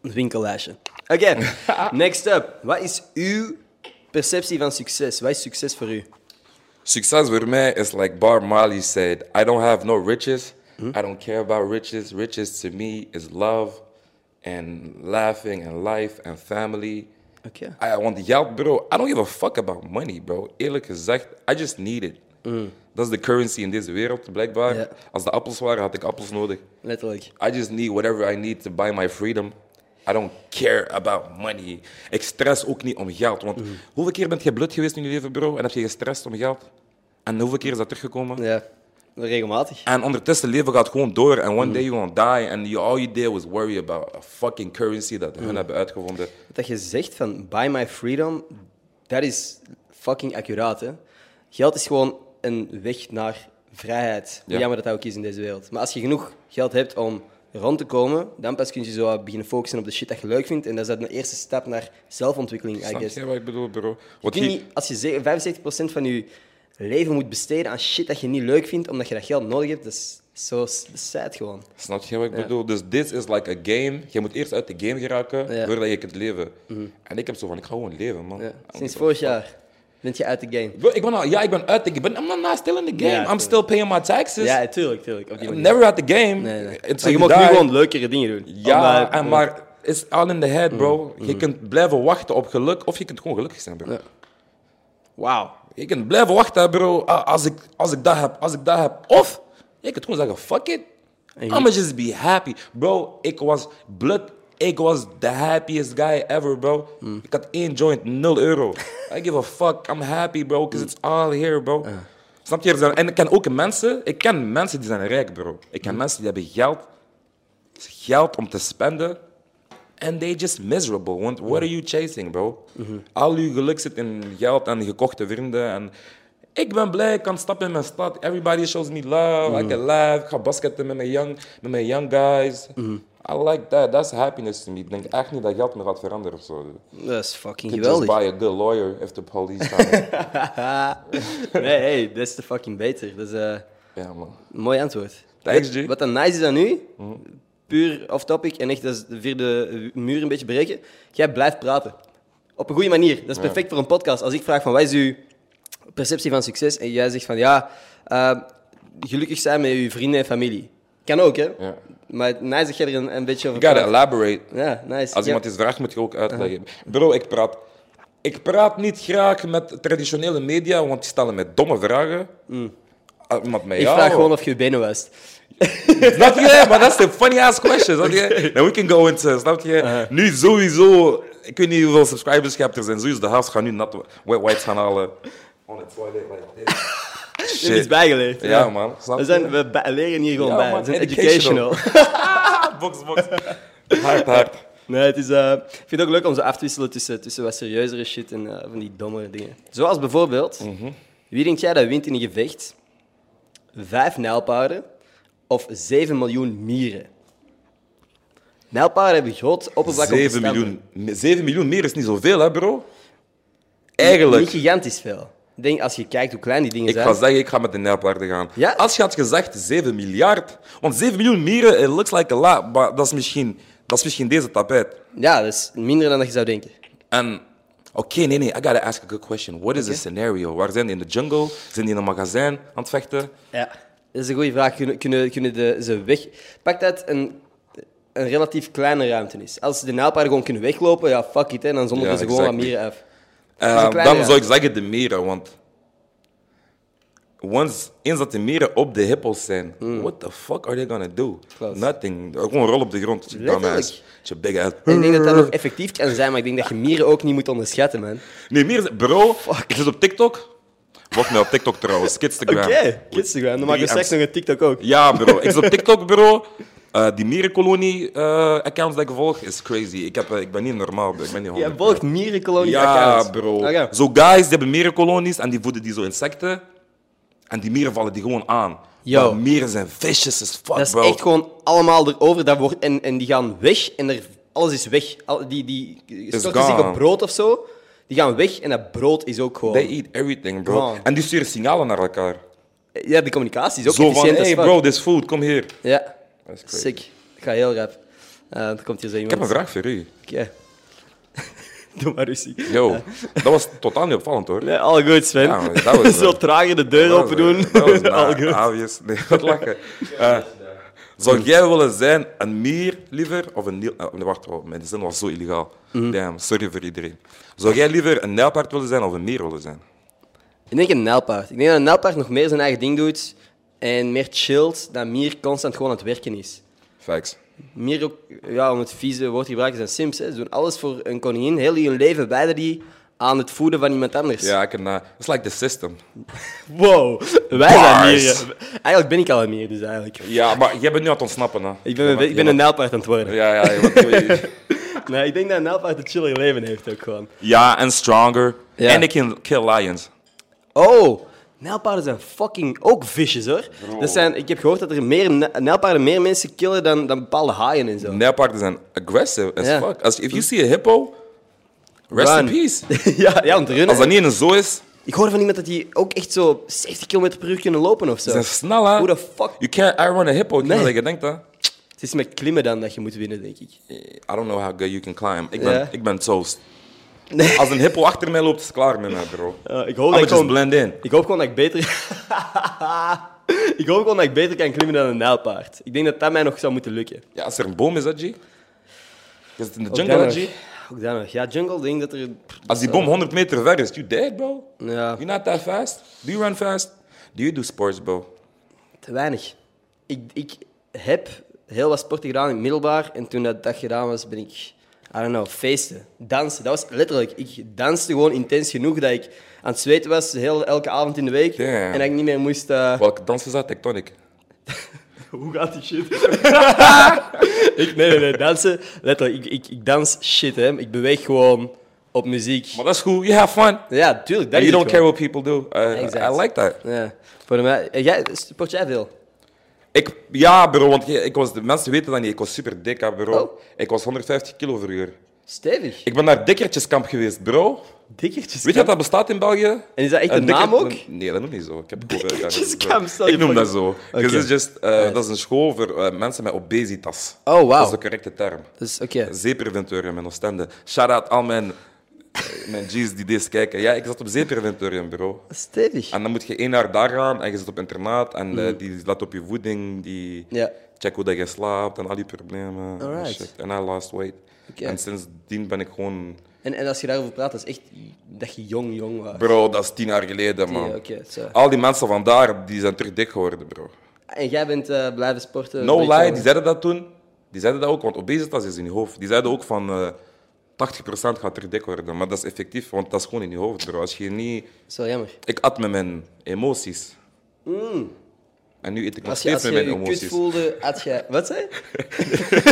winkellijstje. Oké. Next up. Wat is uw perceptie van succes? Wat is succes voor u? Success with me is like Bob Marley said, I don't have no riches. Mhm. I don't care about riches. Riches to me is love and laughing and life and family. Oké. I want geld, bro. I don't give a fuck about money, bro. Eerlijk gezegd, I just need it. Dat is de currency in deze wereld, blijkbaar. Mm. Ja. Als de appels waren, had ik appels nodig. Letterlijk. I just need whatever I need to buy my freedom. I don't care about money. Ik stress ook niet om geld. Want Mm. hoeveel keer bent je blut geweest in je leven, bro? En heb je gestrest om geld? En hoeveel keer is dat teruggekomen? Ja. Regelmatig. En ondertussen leven gaat gewoon door. En one Mm. day you're gonna die. And you, all you did was worry about a fucking currency dat Mm. hun hebben uitgevonden. Dat je zegt van buy my freedom, dat is fucking accuraat. Hè? Geld is gewoon een weg naar vrijheid. Hoe Ja. Jammer dat dat ook is in deze wereld. Maar als je genoeg geld hebt om rond te komen, dan pas kun je zo wat beginnen focussen op de shit dat je leuk vindt. En dat is dat een eerste stap naar zelfontwikkeling, I Snap guess. je wat ik bedoel, bro? Wat Kun je niet, als je ze- 75% van je leven moet besteden aan shit dat je niet leuk vindt, omdat je dat geld nodig hebt, dat is zo s- sad gewoon. Snap je wat ik bedoel? Dus dit is like a game. Je moet eerst uit de game geraken Ja. Mhm. voordat je kunt leven. En ik heb zo van, ik ga gewoon leven, man. I Ja. don't Sinds give a vorig jaar ben je uit de game. Bro, ik ben al, ja, ik ben uit de game. I'm not, not still in the game. Ja, I'm tuurlijk. still paying my taxes. Ja, tuurlijk, tuurlijk. Op die I'm manier. never out the game. Nee, nee. eh, Until Maar je you mag nu die. gewoon leukere dingen doen. Ja, Omdat- en maar it's all in the head, bro. Mhm. Je kunt blijven wachten op geluk of je kunt gewoon gelukkig zijn, bro. Wauw. Je kunt blijven wachten, bro. Ah, Als ik, als ik dat heb, als ik dat heb. Of je kunt gewoon zeggen, fuck it. I'ma just be happy. Bro, ik was blut. Ik was the happiest guy ever, bro. Ik had één joint, 0 euro. I give a fuck. I'm happy, bro. Because it's all here, bro. Snap je? Er zijn- En ik ken ook mensen. Ik ken mensen die zijn rijk, bro. Ik ken mensen die hebben geld. Geld om te spenden. And they just miserable. Want what are you chasing, bro? Mhm. Al uw geluk zit in geld en gekochte vrienden. En ik ben blij, ik kan stappen in mijn stad. Everybody shows me love. I Mhm. can laugh. Ik ga basketten met mijn young, met mijn young guys. Mhm. I like that. That's happiness to me. Ik denk echt niet dat geld me gaat veranderen of zo. Dat is fucking You Just geweldig. buy a good lawyer if the police come. Nee, hey, dat is te fucking beter. Dat is eh, ja, man. een mooi antwoord. Thanks, Wat- G. Wat dan nice is aan nu, puur off-topic en echt dat is de vierde muur een beetje breken, jij blijft praten. Op een goede manier. Dat is perfect voor een podcast. Als ik vraag van, wat is uw perceptie van succes? En jij zegt van, ja, eh, gelukkig zijn met je vrienden en familie. Kan ook, hè? Ja. Maar het nice dat jij er een, een beetje over You gotta praat. elaborate. Ja, nice. Als Ja. iemand iets vraagt, moet je ook uitleggen. Bro, ik praat, ik praat niet graag met traditionele media, want die stellen mij domme vragen. Ah, Iemand mij Ik ja, vraag hoor. gewoon of je je benen was. Snap je? Maar dat is de funny ass question. Snap je? Then we can go into, snap je? Uh-huh. Nu sowieso, ik weet niet hoeveel Oh, subscribers je hebt, er zijn sowieso de helft gaan nu nat wet whites gaan halen. On the toilet like this. Je hebt iets bijgeleerd. Ja, man. Snap We, je? zijn, we ba- leren hier gewoon Ja, bij. man, Het is educational. educational. Ah, box, box. Hard, hard. Nee, het is, eh, ik vind het ook leuk om zo af te wisselen tussen, tussen wat serieuzere shit en eh, van die dommere dingen. Zoals bijvoorbeeld, Mhm. wie denk jij dat wint in een gevecht? Vijf nijlpaarden of 7 miljoen mieren? Nijlpaarden hebben groot oppervlak om te 7 stampen. miljoen. 7 miljoen meer is niet zoveel, hè, bro? Eigenlijk. Niet gigantisch veel. Ik Denk, als je kijkt hoe klein die dingen Ik zijn. ga zeggen, ik ga met de nijlpaarden gaan. Ja? Als je had gezegd 7 miljard. Want 7 miljoen mieren, it looks like a lot. Maar dat is misschien, dat is misschien deze tapijt. Ja, dat is minder dan dat je zou denken. En, oké, nee, nee. I gotta ask a good question. What is the scenario? Waar zijn die in de jungle? Zijn die in een magazijn aan het vechten? Ja. Dat is een goede vraag. Kunnen, kunnen, kunnen de, ze weg... Pak dat een, een relatief kleine ruimte is. Als de nijlpaarden gewoon kunnen weglopen, ja, fuck it, hè. Dan zonder Ja, ze gewoon wat exactly. mieren af. Eh, is een dan kleine, ja. zou ik zeggen de mieren, want... Once, eens dat de mieren op de hippos zijn, Hmm. what the fuck are they gonna do? Klopt. Nothing. Gewoon rol op de grond. Je Letterlijk. dumbass. Je big ass. En ik denk dat dat nog effectief kan zijn, maar ik denk dat je mieren ook niet moet onderschatten, man. Nee, meer is- bro, ik zit op TikTok. Volg mij op TikTok trouwens, Kidstagram. Instagram. Dan maak je straks nog een TikTok ook. Ja, bro. Ik zit op TikTok, bro. Eh, die Mierenkolonie-accounts dat ik volg is crazy. Ik, heb, eh, ik ben niet normaal, bro. ik ben niet Jij honderd. volgt mierenkolonie Ja, bro. Oké. Zo guys, die hebben mierenkolonies en die voeden die zo insecten. En die mieren vallen die gewoon aan. Yo. Maar mieren zijn vicious as fuck, Dat is bro. echt gewoon allemaal erover. Dat wordt, en, en die gaan weg en er, alles is weg. Al, die die storten zich gone. op brood of zo. Die gaan weg en dat brood is ook gewoon... They eat everything, bro. Come on. En die sturen signalen naar elkaar. Ja, de communicatie is ook Zo van, efficiënt hey as fuck. bro, this food, kom hier. Ja. Dat is crazy. Sick. Ik ga heel rap. Eh dan komt hier zo Ik iemand. heb een vraag voor u. Oké. Doe maar rustig. Yo, dat was totaal niet opvallend, hoor. Nee, all good, Sven. Ja, maar dat was- zo trager de deur open doen. Dat was all na- good. obvious. Nee, wat lachen. Eh, zou jij willen zijn een mier liever of een niel... eh, nee, wacht, oh, mijn zin was zo illegaal. Damn, sorry voor iedereen. Zou jij liever een nijlpaard willen zijn of een mier willen zijn? Ik denk een nijlpaard. Ik denk dat een nijlpaard nog meer zijn eigen ding doet en meer chillt dan Mier constant gewoon aan het werken is. Facts. Mier ook, ja, om het vieze woord te gebruiken, zijn sims. Hè. Ze doen alles voor een koningin. Heel hun leven wijden die aan het voeden van iemand anders. Ja, ik kan... Het is like the system. Wow, wij zijn Bars. mieren. Eigenlijk ben ik al een mier, dus eigenlijk. Ja, maar jij bent nu aan het ontsnappen, hè. Ik ben, ik ben een nijlpaard aan het worden. Ja, ja, ja, wat doe je? Nee, ik denk dat een nijlpaard een chiller leven heeft ook gewoon. ja, en stronger. Ja. En ik kan kill lions. Oh, nijlpaarden zijn fucking ook visjes hoor. Dat zijn, ik heb gehoord dat er meer ni- nijlpaarden meer mensen killen dan, dan bepaalde haaien en zo. Nijlpaarden zijn aggressive as Ja. fuck. Als, if you see a hippo, rest Run. in peace. ja, ja, om te runnen. Als dat niet in een zoo is, Ik hoorde van iemand dat die ook echt zo 70 km per uur kunnen lopen of zo. Ze zijn snel, hè? Hoe de fuck? You can't outrun a hippo. Ik Nee. nee. dat je denkt, hè? Het is met klimmen dan dat je moet winnen, denk ik. I don't know how good you can climb. Ik ben, Ja. ik ben toast. Nee. Als een hippo achter mij loopt, is het klaar met mij, bro. Eh, ik, hoop I'm dat gonna ik, just gewoon, blend in. ik hoop gewoon dat ik beter... ik hoop gewoon dat ik beter kan klimmen dan een nijlpaard. Ik denk dat dat mij nog zou moeten lukken. Ja, als er een boom is, hè, G? Je zit in de Ook jungle, dat hè, nog. G? Ook dat nog. Ja, jungle, denk dat er... eh, Als die boom 100 meter ver is, you dead, bro. Ja, You not that fast. Do you run fast? Do you do sports, bro? te weinig. Ik, ik heb heel wat sporten gedaan in het middelbaar. En toen dat, dat gedaan was, ben ik... I don't know, feesten, dansen. Dat was letterlijk... Ik danste gewoon intens genoeg dat ik aan het zweten was heel, elke avond in de week. Damn. En dat ik niet meer moest... eh, Welke dans is dat? Tectonic. Hoe gaat die shit? ik, nee, nee, nee, dansen. Letterlijk, ik, ik, ik dans shit, hè. Ik beweeg gewoon op muziek. Maar dat is goed. You have fun. Ja, tuurlijk. Dat And you is don't het care what people do. Uh, I- Exact. I like that. gewoon. Ja, voor mij. eh, Jij, sport jij veel? Ik, ja, bro, want je- ik was, de mensen weten dat niet. Ik was super dik, hè, bro. Oh. Ik was 150 kilo verhuur. Stevig. Ik ben naar dikkertjeskamp geweest, bro. Dikkertjes. Weet je dat dat bestaat in België? En is dat echt een dikker- naam ook? Nee, dat noem ik niet zo. Ik heb het over- Dikkertjeskamp, stel je Ik noem voor. dat zo. Oké. Dus het is just, eh, Dat is een school voor eh, mensen met obesitas. Oh, wauw. Dat is de correcte term. Dus, oké. Zeepreventorium in Oostende. Shout-out al mijn, eh, mijn G's die deze kijken. Ja, ik zat op zeepreventorium, bro. Stevig. En dan moet je één jaar daar gaan en je zit op internaat en eh, die let op je voeding, die Mm. Ja. check hoe dat je slaapt en al die problemen. en Alright. shit. En I lost weight. Oké. En sindsdien ben ik gewoon... En, en als je daarover praat, dat is echt dat je jong, jong was. Bro, dat is tien jaar geleden, man. Ah. Ja, oké, zo. Al die mensen van daar, die zijn terug dik geworden, bro. En jij bent eh, blijven sporten? No een beetje lie, langer. die zeiden dat toen. Die zeiden dat ook, want obesitas is in je hoofd. Die zeiden ook van... eh 80% gaat terug dik worden, maar dat is effectief, want dat is gewoon in je hoofd, bro. Als je niet... Dat is wel jammer. Ik at met mijn emoties. En nu eet ik nog Mm. Als je als steeds je, met mijn je kut emoties. voelde, had je... Wat zei je?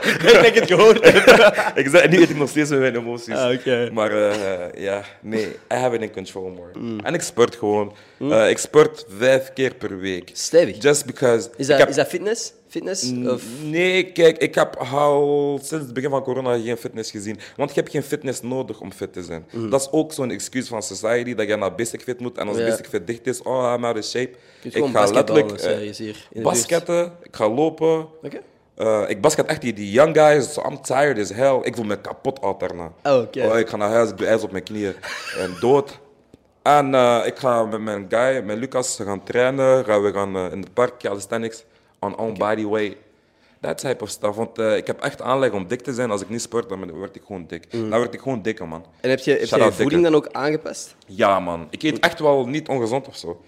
Ik denk dat ik het gehoord heb. Ik zei, nu eet ik nog steeds met mijn emoties. Ah, oké. Maar eh, ja, nee, I have it in control more. Mm. En ik sport gewoon. Eh, ik sport vijf keer per week. Stevig. Just because... Is dat, ik heb- Mm, is dat fitness? Fitness? Of... Nee, kijk, ik heb al sinds het begin van corona geen fitness gezien. Want je hebt geen fitness nodig om fit te zijn. Dat is ook zo'n excuus van society, dat je naar basic fit moet. En als Mm. Ja. basic fit dicht is, oh, I'm out of shape. kunt gewoon basketballen, zei je hier in de eh, buurt. basketten, ik ga lopen. Oké. Eh, ik basket echt die, die young guys, so I'm tired as hell. Ik voel me kapot al daarna. Oh, oké. Oh, ik ga naar huis, ik doe ijs op mijn knieën. en dood. En eh, ik ga met mijn guy, met Lucas, we gaan trainen. Gaan we gaan eh, in het park, calisthenics, on own body weight. Dat type of stuff. Want eh, ik heb echt aanleg om dik te zijn. Als ik niet sport, dan ben- word ik gewoon dik. Dan word ik gewoon dikker, man. Mm. En heb je heb je, Shout-out je voeding dan Mm. ook aangepast? dikker. Ja, man. Ik eet echt wel niet ongezond of zo.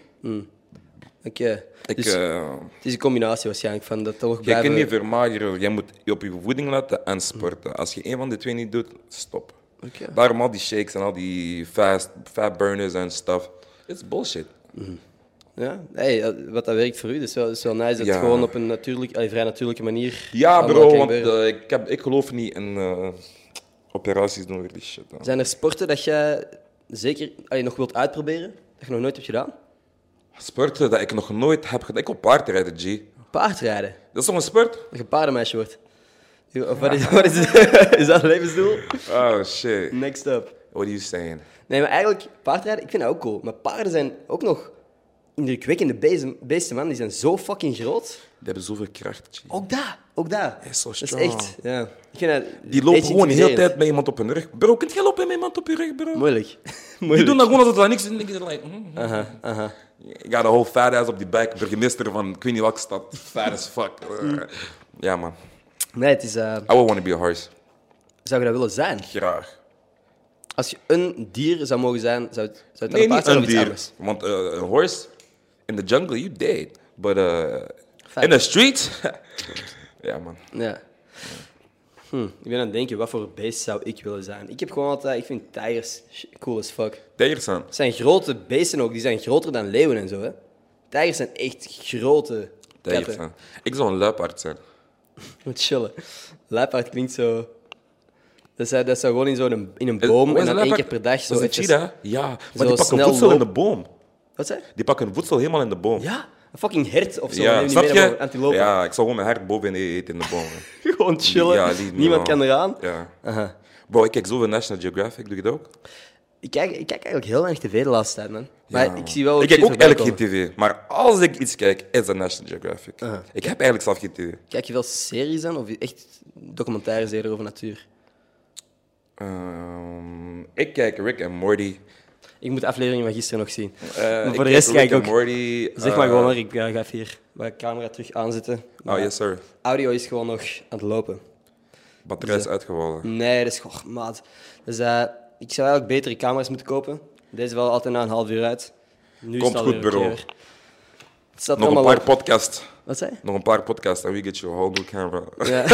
Oké. Ik, Dus eh, het is een combinatie waarschijnlijk van dat toch Jij blijven... kunt niet vermageren. Jij moet je op je voeding letten en sporten. Als je één van de twee niet doet, stop. Oké. Daarom al die shakes en al die fast, fat burners en stuff. It's bullshit. Ja, hey, eh, wat dat werkt voor u. Dus wel, is wel nice dat Ja. het gewoon op een natuurlijk, eh, vrij natuurlijke manier. Ja, allemaal bro, kan want gebeuren. eh, ik, heb, ik geloof niet in eh, operaties doen voor die shit. hè. Zijn er sporten dat jij zeker allee, nog wilt uitproberen? Dat je nog nooit hebt gedaan? Sporten dat ik nog nooit heb gedaan. Ik wil paardrijden, G. Paardrijden. Dat is toch een sport? Dat je paardenmeisje wordt. Of wat is, wat is, is dat een levensdoel? Oh shit. Next up. What are you saying? Nee, maar eigenlijk, paardrijden, ik vind dat ook cool. Maar paarden zijn ook nog indrukwekkende beesten, beesten, man. Die zijn zo fucking groot. Die hebben zoveel kracht, G. Ook daar, ook daar. is zo dat is strong. echt, ja. Ik vind dat Die lopen beetje gewoon de hele intimiderend. tijd bij iemand op hun rug. Bro, kunt jij lopen met iemand op je rug, bro? Moeilijk. Die Moeilijk. doen dat gewoon alsof er niks is. Ik like, mhm, mm. Ik got a whole fat ass op die bike, burgemeester van ik weet niet welke stad. Fat as fuck. Ja, man. Nee, het is... eh, I would want to be a horse. zou je dat willen zijn? Graag. Als je een dier zou mogen zijn, zou het, zou het dan Nee, een paard niet zijn een of iets dier. anders? Want eh, een horse, in the jungle, you dead. But eh, Fijn. in the street... ja, man. Ja. Hm, ik ben aan het denken, wat voor beest zou ik willen zijn? Ik heb gewoon altijd... Ik vind tijgers sh- cool as fuck. Tijgers aan. Het zijn grote beesten ook, die zijn groter dan leeuwen en zo, hè. Tijgers zijn echt grote Tijgers katten. aan. Ik zou een luipaard zijn. Moet chillen. Luipaard klinkt zo... Dat zou, dat zou gewoon in, zo'n, in een Is- boom hoe is en dan één luipaard? keer per dag zo... Dat is een even- cheetah. Ja, zo maar die pakken snel voedsel in de lopen. boom. Wat zei je? Die pakken voedsel helemaal in de boom. Ja, een fucking hert of zo. Ja, neem die snap mee naar boven, je? Antilopen. Ja, ik zou gewoon mijn hart boven eten in de boom. hè. Gewoon chillen. Ja, die- Niemand ja. kan eraan. Ja. Aha. Bro, ik kijk zoveel National Geographic, doe je dat ook? Ik kijk, ik kijk eigenlijk heel erg tv de laatste tijd, man. Maar Ja, ik man. zie wel... Ik kijk shit ook voorbij eigenlijk geen komen. tv, maar als ik iets kijk, is dat National Geographic. Ah. Ik heb eigenlijk zelf geen tv. Kijk je wel series aan of echt documentaires eerder over natuur? Ehm, ik kijk Rick en Morty. Ik moet de aflevering van gisteren nog zien. Eh, maar ik voor de rest Rick kijk ik ook... and Morty. Zeg eh, maar gewoon, hoor, ik eh, ga even hier mijn camera terug aanzetten. Oh, yes sir. Audio is gewoon nog aan het lopen. Batterij is uitgevallen. Nee, dat is gewoon maat. Dus eh, ik zou eigenlijk betere camera's moeten kopen. Deze wel altijd na een half uur uit. Nu is Komt het goed, alweer oké, bro. hoor. Het staat Nog een allemaal paar op. podcasts. Wat zei je? Nog een paar podcasts en we get you a whole new camera. Ja.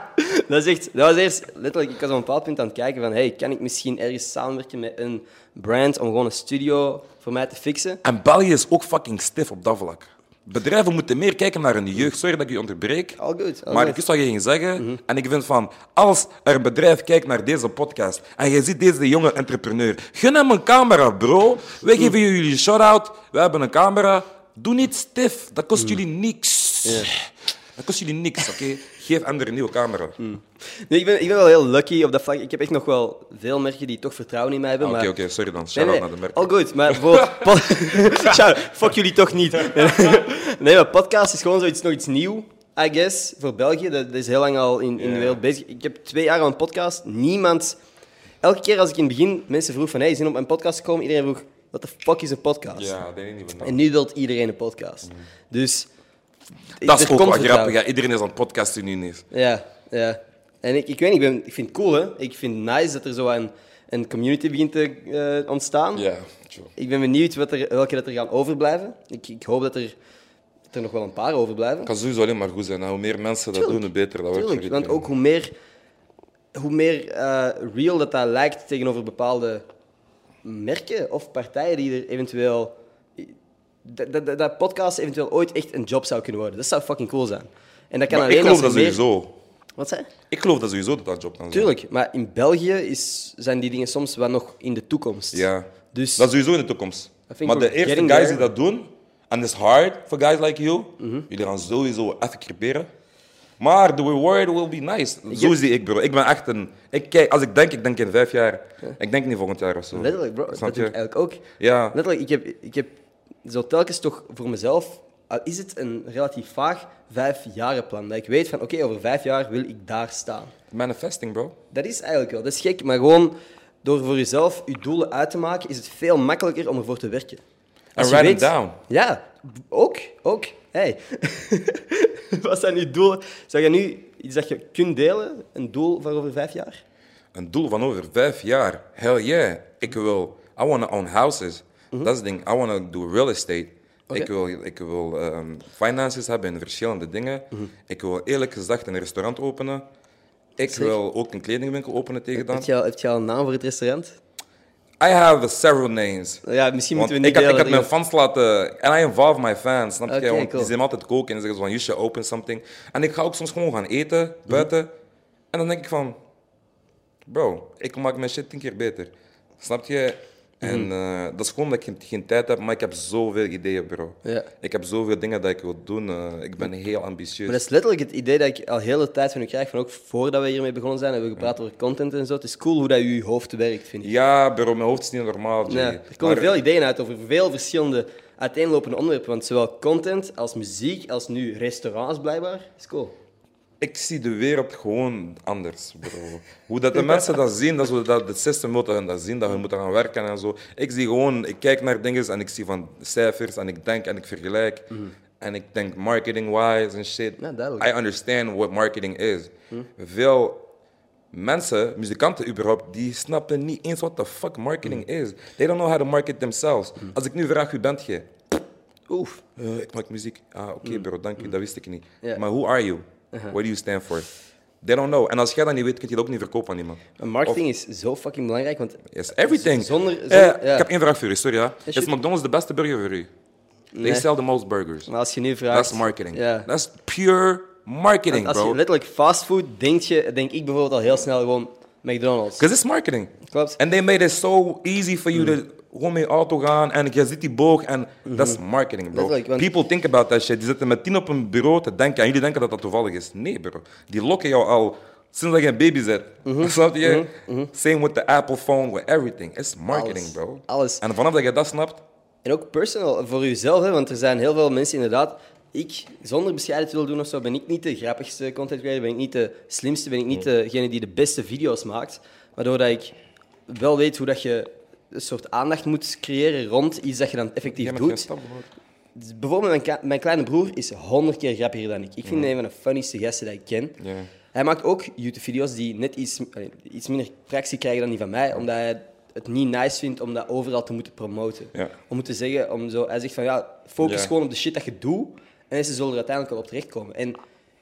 dat, is echt, dat was eerst letterlijk, ik was op een bepaald punt aan het kijken van hey, kan ik misschien ergens samenwerken met een brand om gewoon een studio voor mij te fixen? En België is ook fucking stiff op dat vlak. Bedrijven moeten meer kijken naar hun jeugd. Sorry dat ik je onderbreek. All good, all maar good. Mhm. ik wist wat je ging zeggen. En ik vind van, als er een bedrijf kijkt naar deze podcast en je ziet deze jonge entrepreneur, gun hem een camera, bro. Mhm. Wij geven jullie een shout-out. We hebben een camera. Doe niet stif. Dat kost Mhm. jullie niks. Dat kost jullie niks, oké? Geef anderen een nieuwe camera. Mhm. Ah, Nee, ik, ben, ik ben wel heel lucky op dat vlak. Ik heb echt nog wel veel merken die toch vertrouwen in mij hebben. Ah, Oké, maar... oké, sorry dan. Nee, Shout-out nee, naar de merk. all good, maar bijvoorbeeld... pod- Shout, fuck jullie toch niet. Nee, nee, maar podcast is gewoon zoiets, nog iets nieuw, I guess, voor België. Dat, dat is heel lang al in, in de Ja. wereld bezig. Ik heb twee jaar al een podcast. Niemand... Elke keer als ik in het begin mensen vroeg van... Hey, zin om op een podcast te komen? Iedereen vroeg, what the fuck is een podcast? Ja, dat weet ik niet. Mm. En nu wilt iedereen een podcast. Dus... er Dat is ook komt wel grappig. vertrouwen. ja. Iedereen is aan het podcasten nu niet. Ja, ja. En ik, ik weet niet, ik, ben, ik vind het cool, hè. Ik vind het nice dat er zo een, een community begint te eh, ontstaan. Ja, true. Ik ben benieuwd wat er, welke dat er gaan overblijven. Ik, ik hoop dat er, dat er nog wel een paar overblijven. Het kan sowieso alleen maar goed zijn. hè. Hoe meer mensen dat doen, hoe beter. Dat wordt Tuurlijk, voor want iedereen. ook hoe meer, hoe meer eh, real dat dat lijkt tegenover bepaalde merken of partijen die er eventueel dat, dat, dat- dat podcast eventueel ooit echt een job zou kunnen worden. Dat zou fucking cool zijn. En dat kan Maar ik alleen geloof als dat er meer- sowieso. Wat zei? Ik geloof dat sowieso dat dat job kan zijn. Tuurlijk, maar in België is, zijn die dingen soms wel nog in de toekomst. Ja. Dus Dat is sowieso in de toekomst. vind ik Maar de ook eerste guys getting die there. Mhm. dat doen, en it's hard for guys like you, jullie gaan sowieso even creperen. Maar the reward will be nice. Zo heb- zie ik, bro. Ik ben echt een... Ik kijk, als ik denk, ik denk in vijf jaar. Ik denk niet volgend jaar of zo. letterlijk, bro. Hm. Snap Dat je? doe ik eigenlijk ook. Ja. Letterlijk, ik heb, ik heb zo telkens toch voor mezelf, al is het een relatief vaag vijfjarenplan, dat ik weet van oké, over vijf jaar wil ik daar staan. Manifesting, bro. Dat is eigenlijk wel, dat is gek, maar gewoon door voor jezelf je doelen uit te maken, is het veel makkelijker om ervoor te werken. Als je write it down. Ja, b- ook, ook. Hey. Wat zijn je doelen? Zou je nu iets dat je kunt delen, een doel van over vijf jaar? Een doel van over vijf jaar. Hell yeah. Ik wil... I want to own houses. Dat is het ding. I want to do real estate. Ik wil, ik wil ehm, finances hebben in verschillende dingen. Ik wil eerlijk gezegd een restaurant openen. Ik wil ook een kledingwinkel openen tegen dan. Heb je, al, heb je al een naam voor het restaurant? I have several names. Ja, misschien Want moeten we niet ik, heb, ik heb delen. mijn fans laten... En I involve my fans, snap Oké, je? Want cool. die zijn altijd koken en zeggen van, you should open something. En ik ga ook soms gewoon gaan eten, buiten. En dan denk ik van, bro, ik maak mijn shit tien keer beter. Snap je? En Mhm. eh, dat is gewoon dat ik geen, geen tijd heb, maar ik heb zoveel ideeën, bro. Ja. Ik heb zoveel dingen dat ik wil doen. eh, ik ben heel ambitieus. Maar dat is letterlijk het idee dat ik al heel de tijd van u krijg, van ook voordat we hiermee begonnen zijn, hebben we gepraat over content en zo. Het is cool hoe dat je hoofd werkt, vind ik. Ja, bro, mijn hoofd is niet normaal, Jay. Ja, er komen Maar- veel ideeën uit over veel verschillende uiteenlopende onderwerpen, want zowel content als muziek als nu restaurants blijkbaar, is cool. Ik zie de wereld gewoon anders, bro. Hoe dat de mensen dat zien, dat, is hoe dat het systeem wil dat hun dat zien, dat hun moeten gaan werken en zo. Ik zie gewoon, ik kijk naar dingen en ik zie van cijfers en ik denk en ik vergelijk. En ik denk marketing-wise en shit. Mhm. Ja, duidelijk. Mhm. I understand what marketing is. Veel mensen, muzikanten überhaupt, die snappen niet eens wat de fuck marketing Mhm. is. They don't know how to market themselves. Als ik nu vraag, wie bent je? Oef. Eh, ik maak muziek. Ah, oké bro, dank je, dat wist ik niet. Mhm. Ja. Maar who are you? Uh-huh. What do you stand for? They don't know. En als jij dat niet weet, kun je dat ook niet verkopen aan iemand. Maar marketing is zo fucking belangrijk, want Yes, everything. Z- zonder- Eh, zonder- ja. Ik heb één vraag voor u, sorry. Ja. Is shoot. McDonald's de beste burger voor u? They Nee. sell the most burgers. maar als je nu vraagt... That's marketing. Ja. That's pure marketing, als bro. je letterlijk fastfood denkt, je, denk ik bijvoorbeeld al heel snel gewoon McDonald's. Because it's marketing. Klopt. Mm. And they made it so easy for you to gewoon mee auto gaan en je ziet die boog en that's marketing, bro. Letterlijk, Mm-hmm. want- People think about that shit. Die zitten met tien op een bureau te denken en jullie denken dat dat toevallig is. Nee, bro. Die lokken jou al sinds dat je een baby bent. Mm-hmm. Snap je? Same with the Apple phone, with everything. It's marketing, Alles. bro. Alles. En vanaf dat je dat snapt, En ook personal, voor jezelf, hè, want er zijn heel veel mensen inderdaad... Ik, zonder bescheidenheid te willen doen of zo, ben ik niet de grappigste content creator, ben ik niet de slimste, ben ik niet degene die de beste video's maakt. Waardoor dat ik wel weet hoe dat je een soort aandacht moet creëren rond iets dat je dan effectief je hebt geen doet. stap, bro. Dus Bijvoorbeeld mijn, ka- mijn kleine broer is honderd keer grappiger dan ik. Ik vind hem een van de funnieste gasten die ik ken. Ja. Hij maakt ook YouTube-video's die net iets, allee, iets minder tractie krijgen dan die van mij, omdat hij het niet nice vindt om dat overal te moeten promoten. Ja. Om te zeggen, om zo, hij zegt van ja, focus Ja. gewoon op de shit dat je doet en ze zullen er uiteindelijk wel op terechtkomen. En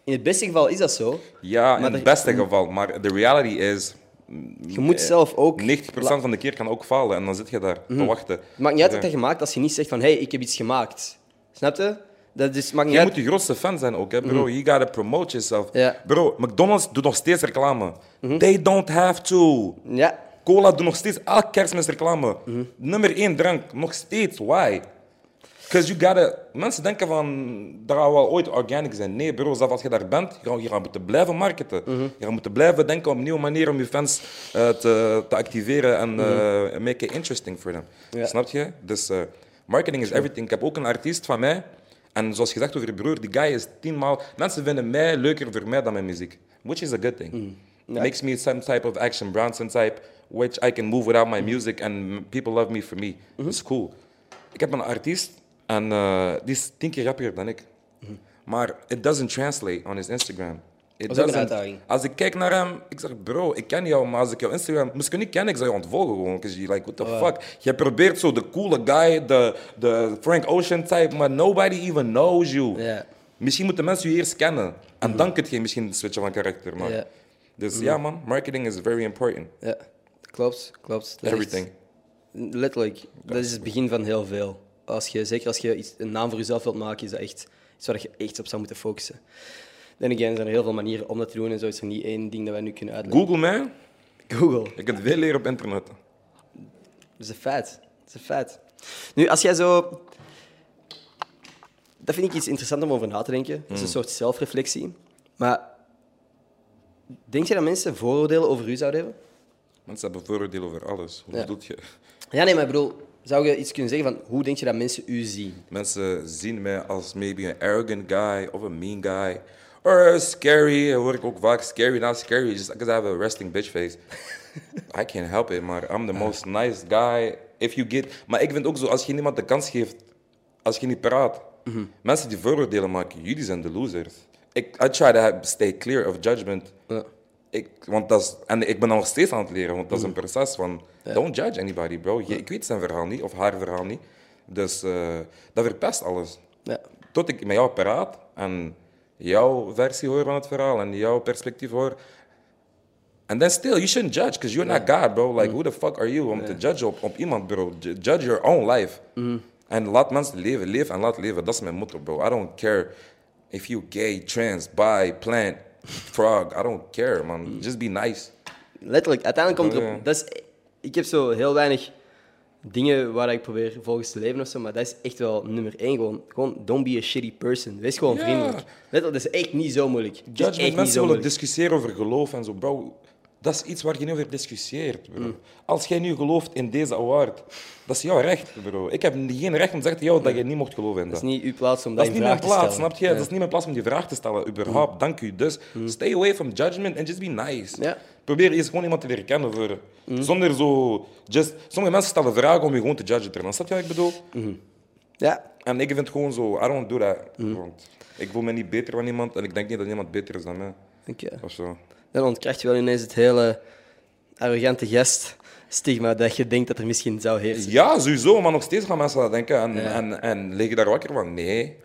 in het beste geval is dat Mm-hmm. zo. Ja, Maar in er- het beste geval. Maar de reality is... Je moet zelf ook... 90% van de keer kan ook falen en dan zit je daar te wachten. Het Mm-hmm. maakt niet uit Ja. wat je maakt als je niet zegt van hé, hey, ik heb iets gemaakt. Snap je? Dat is, maakt niet Jij uit. moet de grootste fan zijn ook, hè, bro. You gotta promote yourself. Ja. Bro, McDonald's doet nog steeds reclame. They don't have to. Ja, Cola doet nog steeds elke kerstmis reclame. Nummer één drank, nog steeds. Why? Because you gotta... Mensen denken van, dat gaan wel ooit organic zijn. Nee, bro, zelfs als je daar bent, je gaat, je gaat moeten blijven marketen. Je gaat moeten blijven denken op een nieuwe manier om je fans eh, te, te activeren en eh, make it interesting for them. Ja. Snap je? Dus eh, marketing is everything. Ik heb ook een artiest van mij. En zoals gezegd over je broer, die guy is tienmaal... Mensen vinden mij leuker voor mij dan mijn muziek. Which is a good thing. Makes me some type of action Bronson type, which I can move without my music and people love me for me. It's cool. Ik heb een artiest en eh, die is tien keer rappiger dan ik. Maar it doesn't translate on his Instagram. It Dat is ook een doesn't- uitdaging. Als ik kijk naar hem, ik zeg bro, ik ken jou, maar als ik jouw Instagram moest ik je niet kennen, ik zou je ontvolgen gewoon. Because you're like, what Oh, the fuck? Je probeert zo de coole guy, de, de Frank Ocean type, maar nobody even knows you. Ja. Misschien moeten mensen je eerst kennen. En dan kun je misschien switchen van karakter maken. Ja. Dus ja man, marketing is very important. Ja, klopt, klopt. Dat is Everything. echt- letterlijk, dat is het begin van heel veel. als je, zeker als je iets, een naam voor jezelf wilt maken, is dat echt iets waar je echt op zou moeten focussen. Dan again, er zijn er heel veel manieren om dat te doen en zo is er niet één ding dat wij nu kunnen uitleggen. Google mij. Google. Je kunt veel leren op internet. Dat is een feit. Dat is een feit. Nu, als jij zo... Dat vind ik iets interessants om over na te denken. Dat is een soort zelfreflectie. Maar denk je dat mensen vooroordelen over u zouden hebben? Mensen hebben vooroordelen over alles. Hoe Ja. doet je? Ja, nee, maar ik bedoel, zou je iets kunnen zeggen van hoe denk je dat mensen u zien? Mensen zien mij als maybe een arrogant guy of een mean guy. Or scary, dat hoor ik ook vaak. Scary, not scary, just because I have a resting bitch face. I can't help it, maar I'm the most nice guy. If you get... Maar ik vind ook zo, als je niemand de kans geeft, als je niet praat, mensen die vooroordelen maken, jullie zijn de losers. Ik, I try to have- stay clear of judgment. Ja. Ik, want dat is, en ik ben nog steeds aan het leren, want dat is een proces van... Don't judge anybody, bro. Je, ik weet zijn verhaal niet, of haar verhaal niet. Dus eh, dat verpest alles. Ja. Tot ik met jou praat en jouw versie hoor van het verhaal en jouw perspectief hoor. And then still, you shouldn't judge, because you're not God, bro. Like, who the fuck are you om te judgen op, op iemand, bro? Ju- Judge your own life. En laat mensen leven. Leef en laat leven. Dat is mijn motto, bro. I don't care if you gay, trans, bi, plant, frog. I don't care, man. Just be nice. Letterlijk, uiteindelijk komt Ja, erop. ja. Dat is, ik heb zo heel weinig dingen waar ik probeer volgens te leven of zo, maar dat is echt wel nummer één. Gewoon, gewoon don't be a shitty person. Wees gewoon Ja. vriendelijk. Letterlijk, dat is echt niet zo moeilijk. Het is echt Judgment, niet mensen zo willen moeilijk. discussiëren over geloof en zo, bro. Dat is iets waar je niet over discussieert, Mm. bro. Als jij nu gelooft in deze award, dat is jouw recht, bro. Ik heb geen recht om te zeggen tegen jou dat je niet mocht geloven in dat. Dat is niet uw plaats om Dat dat, is niet in mijn vraag te plaats, stellen. Mm. snap je? Dat is niet mijn plaats om die vraag te stellen, überhaupt. Dank u. Dus stay away from judgment and just be nice. Ja. Mm. Probeer eerst gewoon iemand te leren kennen. Voor, Zonder zo... Just, sommige mensen stellen vragen om je gewoon te judgen. te gaan. Snap je wat ik bedoel? Mm. Ja, En ik vind gewoon zo... I don't do that. Mm. Want ik voel me niet beter dan iemand en ik denk niet dat iemand beter is dan mij. oké. Of zo. Dan ontkracht je wel ineens het hele arrogante gest stigma dat je denkt dat er misschien zou heersen. Ja, sowieso, maar nog steeds gaan mensen dat denken. En, en, en lig je daar wakker van? Nee.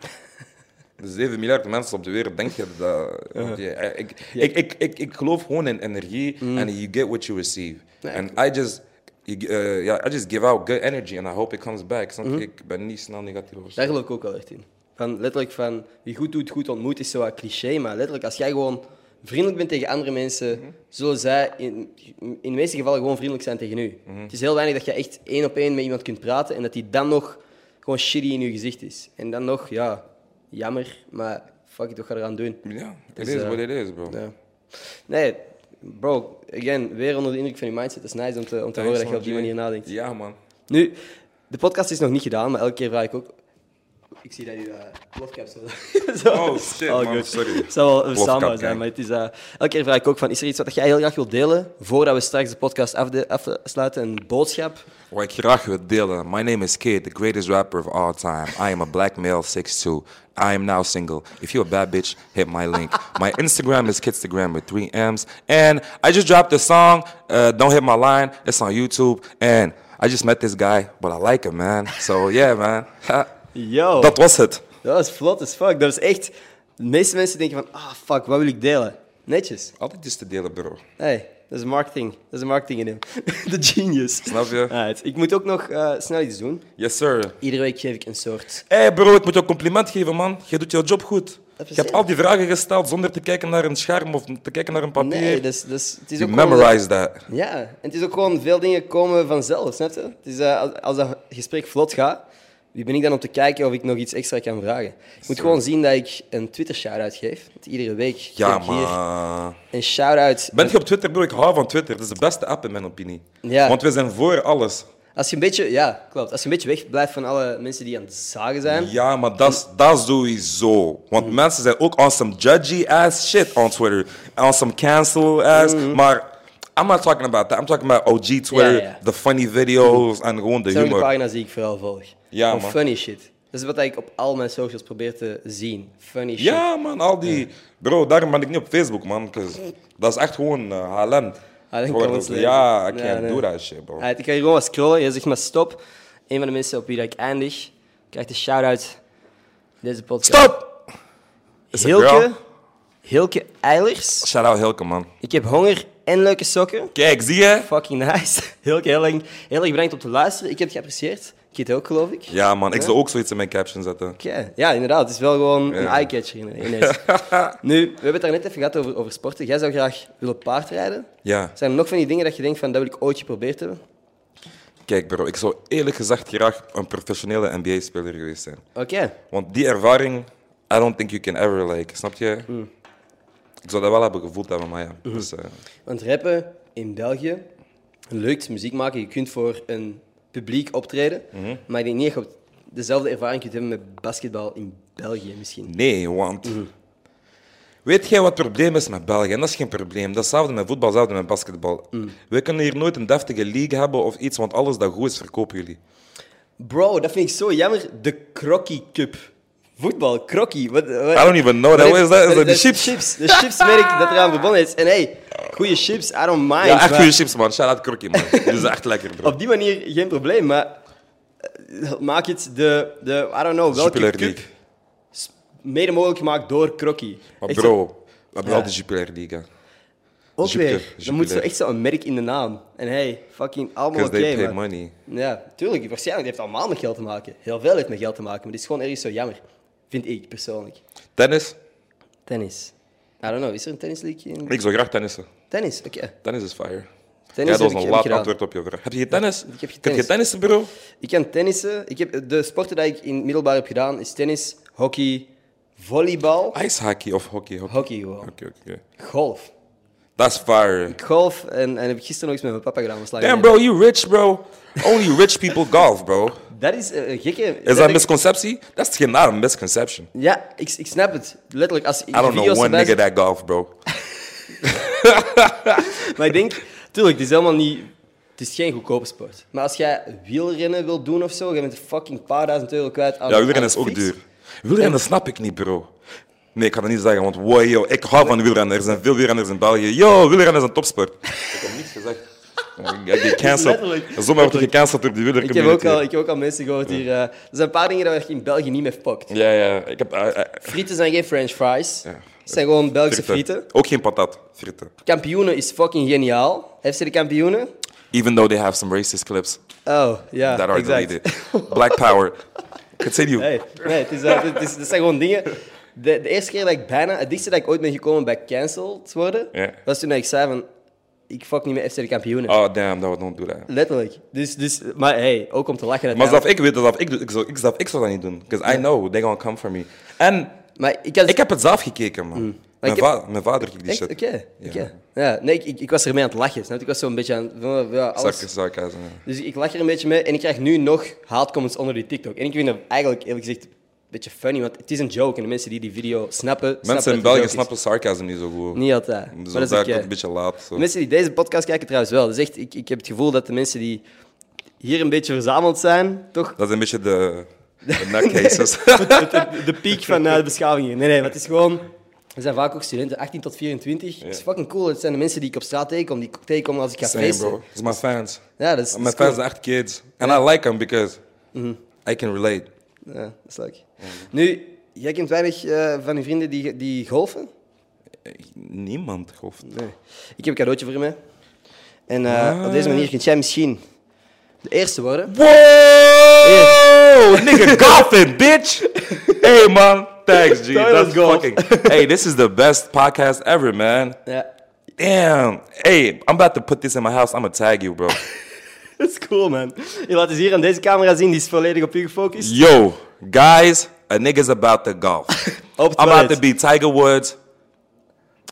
De 7 miljard mensen op de wereld, denk je dat... want je- eh, ik, ik, ik, ik, ik geloof gewoon in energie Mm. and you get what you receive. And I just... You, eh, ja, I just give out good energy and I hope it comes back. Snap je? Ik ben niet snel negatief of zo. Mm-hmm. Daar geloof ik ook wel echt in. Van, letterlijk van, wie goed doet, goed ontmoet, is zo wat cliché. Maar letterlijk, als jij gewoon vriendelijk bent tegen andere mensen, zullen zij in, in de meeste gevallen gewoon vriendelijk zijn tegen u. Het is heel weinig dat je echt één op één met iemand kunt praten en dat die dan nog gewoon shitty in je gezicht is. En dan nog, ja, jammer, maar fuck it, wat ga je eraan doen? Ja, it Dus, is eh, what it is, bro. Ja. Nee, bro, again, weer onder de indruk van je mindset. Dat is nice om te, om te horen dat je op die manier nadenkt. Ja, man. Nu, de podcast is nog niet gedaan, maar elke keer vraag ik ook. Ik zie dat je uh, plofcaps hebt. Zo. Oh, shit, man, good. sorry. Het zou wel Plofkap, verstaanbaar zijn, kijk. maar het is, eh, elke keer vraag ik ook van, is er iets wat jij heel graag wilt delen, voordat we straks de podcast afde- afsluiten, een boodschap? Wat ik graag wil delen. My name is Kid, the greatest rapper of all time. I am a black male 6'2". I am now single. If you're a bad bitch, hit my link. My Instagram is Kidstagram with three M's. And I just dropped a song, uh, Don't Hit My Line. It's on YouTube. And I just met this guy, but I like him, man. So yeah, man. Yo, Dat was het. dat was vlot as fuck. Dat is echt... De meeste mensen denken van, ah, fuck, wat wil ik delen? Netjes. Altijd iets te delen, bro. Hey, dat is marketing. Dat is marketing in hem. De genius. Snap je? Alright, Ik moet ook nog eh, snel iets doen. Yes, sir. Iedere week geef ik een soort... hey bro, ik moet je een compliment geven, man. Je doet jouw job goed. Je hebt Apprecieer. al die vragen gesteld zonder te kijken naar een scherm of te kijken naar een papier. Nee, dat is, dat is, het is you ook gewoon- memorize that. Ja, en het is ook gewoon veel dingen komen vanzelf, snap je? Het is, eh, als, als dat gesprek vlot gaat, wie ben ik dan om te kijken of ik nog iets extra kan vragen? Ik moet gewoon zien dat ik een Twitter-shout-out geef. Want iedere week Ja, geef ik hier maar... een shout-out. Ben je op Twitter, bro? Ik hou van Twitter. Dat is de beste app in mijn opinie. Ja. Want we zijn voor alles. Als je een beetje, ja, klopt. Als je een beetje weg blijft van alle mensen die aan het zagen zijn. Ja, maar dat is- dat is sowieso. Want Mm. mensen zijn ook on some judgy ass shit on Twitter. On some cancel ass. Maar I'm not talking about that. I'm talking about OG Twitter, Mm. Ja, ja. the funny videos en gewoon de Dat zijn ook de humor. pagina's die ik vooral volg. Ja, Gewoon man. funny shit. Dat is wat ik op al mijn socials probeer te zien. Funny shit. Ja, man, al die. Bro, daarom ben ik niet op Facebook, man. 'cause Dat is echt gewoon eh Haaland. Ah, dan Gewoon kan dat- ons lezen. ja, ik Ja, can't nee. do that shit, bro. Alright, ik ga hier gewoon wat scrollen. Je zegt maar stop. Een van de mensen op wie dat ik eindig krijgt een shout-out. Deze podcast. Stop! Is het Hilke, girl? Hilke Eilers. Shout out Hilke, man. Ik heb honger en leuke sokken. Kijk, zie je? Fucking nice. Hilke, heel erg, heel erg bedankt om te luisteren. Ik heb het geapprecieerd. Kid ook, geloof ik. Ja, man, ik zou ook zoiets in mijn caption zetten. Oké. Ja, inderdaad. Het is wel gewoon een Ja. eyecatcher ineens. nu, we hebben het daar net even gehad over, over sporten. Jij zou graag willen paardrijden. Ja. Zijn er nog van die dingen dat je denkt van, dat wil ik ooit geprobeerd hebben? Kijk, bro, ik zou eerlijk gezegd graag een professionele NBA-speler geweest zijn. Oké. Want die ervaring, I don't think you can ever like. Snap je? Ik zou dat wel hebben gevoeld hebben, maar ja. Dus, eh, Want rappen in België, leuk is muziek maken. Je kunt voor een publiek optreden. Mhm. Maar ik denk niet echt op dezelfde ervaring kunt hebben met basketbal in België misschien. nee, want. Weet jij wat het probleem is met België? En dat is geen probleem. Dat is hetzelfde met voetbal, hetzelfde met basketbal. We kunnen hier nooit een deftige league hebben of iets, want alles dat goed is, verkopen jullie. Bro, dat vind ik zo jammer. De Crocky Cup. Voetbal, Crocky. Wat, wat- I don't even know wat that. What is heeft- that? Is wat dat die heeft- chips? chips. De chipsmerk dat eraan verbonden is. En hey, goede chips, I don't mind. Ja, echt maar goede chips, man. Shout out Krokkie, man. Dit is echt lekker, bro. Op die manier geen probleem, maar eh, maak het de, de I don't know, welke Jupiler cup League. mede mogelijk gemaakt door Crocky. Maar Echt bro, we hebben Ja. wel de Jupiler League, hè. Ook Jupiler, weer. Dan Jupiler. moet zo echt zo'n merk in de naam. En hey, fucking allemaal Because oké, they pay maar- money. Ja, tuurlijk. Waarschijnlijk heeft het allemaal met geld te maken. Heel veel heeft met geld te maken, maar het is gewoon ergens zo jammer. Vind ik persoonlijk. Tennis? Tennis. I don't know, is er een tennisleague in? Ik zou graag tennissen. Tennis, oké. Tennis is fire. Tennis ja, dat heb was ik- een heb ik laat gedaan. antwoord op je vraag. Heb je tennis? ik heb Kun je getennis. tennissen, bro? Ik kan tennissen. Ik heb, de sporten die ik in het middelbaar heb gedaan is tennis, hockey, volleybal. Ijshockey of hockey? Hockey, Hockey gewoon. oké, oké. Golf. That's fire. Golf en, en heb ik gisteren nog eens met mijn papa gedaan. we slagen Damn, in. bro, you rich, bro. Only rich people golf, bro. Dat is eh, een gekke... Is dat een letterlijk- misconceptie? Dat is geen naam, een misconception. Ja, ik, ik snap het. Letterlijk, als ik I don't know video's one erbij nigga that golf, bro. Maar ik denk, tuurlijk, het is helemaal niet. Het is geen goedkope sport. Maar als jij wielrennen wilt doen of zo, je bent fucking paar duizend euro kwijt aan Ja, wielrennen aan is ook fiets. duur. Wielrennen snap ik niet, bro. Nee, ik kan het niet zeggen, want wow, yo, ik hou van wielrennen. Er zijn veel wielrenners in België. Yo, wielrennen is een topsport. Ik heb niets gezegd. Ik ben gecanceld. Letterlijk. Zomaar word je gecanceld door de Ik heb, ook wielercommunity. al, ik heb ook al mensen gehoord hier. eh, er zijn een paar dingen waar je in België niet mee fokt. Ja, ja. Ik heb, eh, eh, Frieten zijn geen french fries. Ja. Het zijn gewoon Belgische frieten. frieten. Ook geen patat. Frieten. Kampioenen is fucking geniaal. FC de kampioenen? Even though they have some racist clips Oh, ja, that are exact. deleted. Black power. Continue. Nee, nee het is, eh, het is, dat zijn gewoon dingen. De, de eerste keer dat ik bijna, het dichtste dat ik ooit ben gekomen bij cancelled worden, Ja. was toen dat ik zei van, ik fuck niet met FC de kampioenen. Oh, damn, dat we don't do that. Letterlijk. Dus, dus, maar hey, ook om te lachen. Maar uiteindelijk. zelf ik weet dat zelf ik, doe- ik, zou- ik, zelf ik zou dat niet doen. Because I know they're gonna come for me. En maar ik had... ik heb het zelf gekeken, man. Mijn, Dus- Mm. ik va- mijn vader keek die Echt? shit. Oké. Ja. oké. Ja, nee, ik, ik, ik was ermee aan het lachen. Snap? je? Ik was zo'n beetje aan van, ja, alles. Sarcasme, sarcasme. Dus ik lach er een beetje mee en ik krijg nu nog haatcomments onder die TikTok. En ik vind dat eigenlijk eerlijk gezegd een beetje funny, want het is een joke. En de mensen die die video snappen, snappen dat Mensen het in een België joke is. snappen sarcasme niet zo goed. Niet altijd. Dus maar dat is daar oké. komt een beetje laat. Zo. De mensen die deze podcast kijken trouwens wel. Dus echt, ik, ik heb het gevoel dat de mensen die hier een beetje verzameld zijn, toch Dat is een beetje de, de nutcases. de piek van eh, de beschaving hier. Nee, nee, maar het is gewoon... We zijn vaak ook studenten, 18 tot 24. Het is fucking cool. Het zijn de mensen die ik op straat tegenkom, die ik tegenkom als ik ga Same, feesten. bro. Dat is mijn fans. Ja, dat is, dat Mijn is cool. Mhm. fans zijn echt kids. And I like them because I can relate. Ja, dat is leuk. Nu, jij kent weinig eh, van je vrienden die, die golfen? Niemand hoeft. Nee. Ik heb een cadeautje voor je mee. En Ah. eh, op deze manier kun jij misschien de eerste worden. Whoa! Nigga golfing, bitch! Hey man, thanks G. Toilet That's golf. fucking. Hey, this is the best podcast ever, man. Ja, Damn. Hey, I'm about to put this in my house. I'm gonna tag you, bro. dat is cool, man. Je laat eens hier aan deze camera zien, die is volledig op u gefocust. Yo, guys, a nigga's about to golf. Op het I'm about toilet. to be Tiger Woods.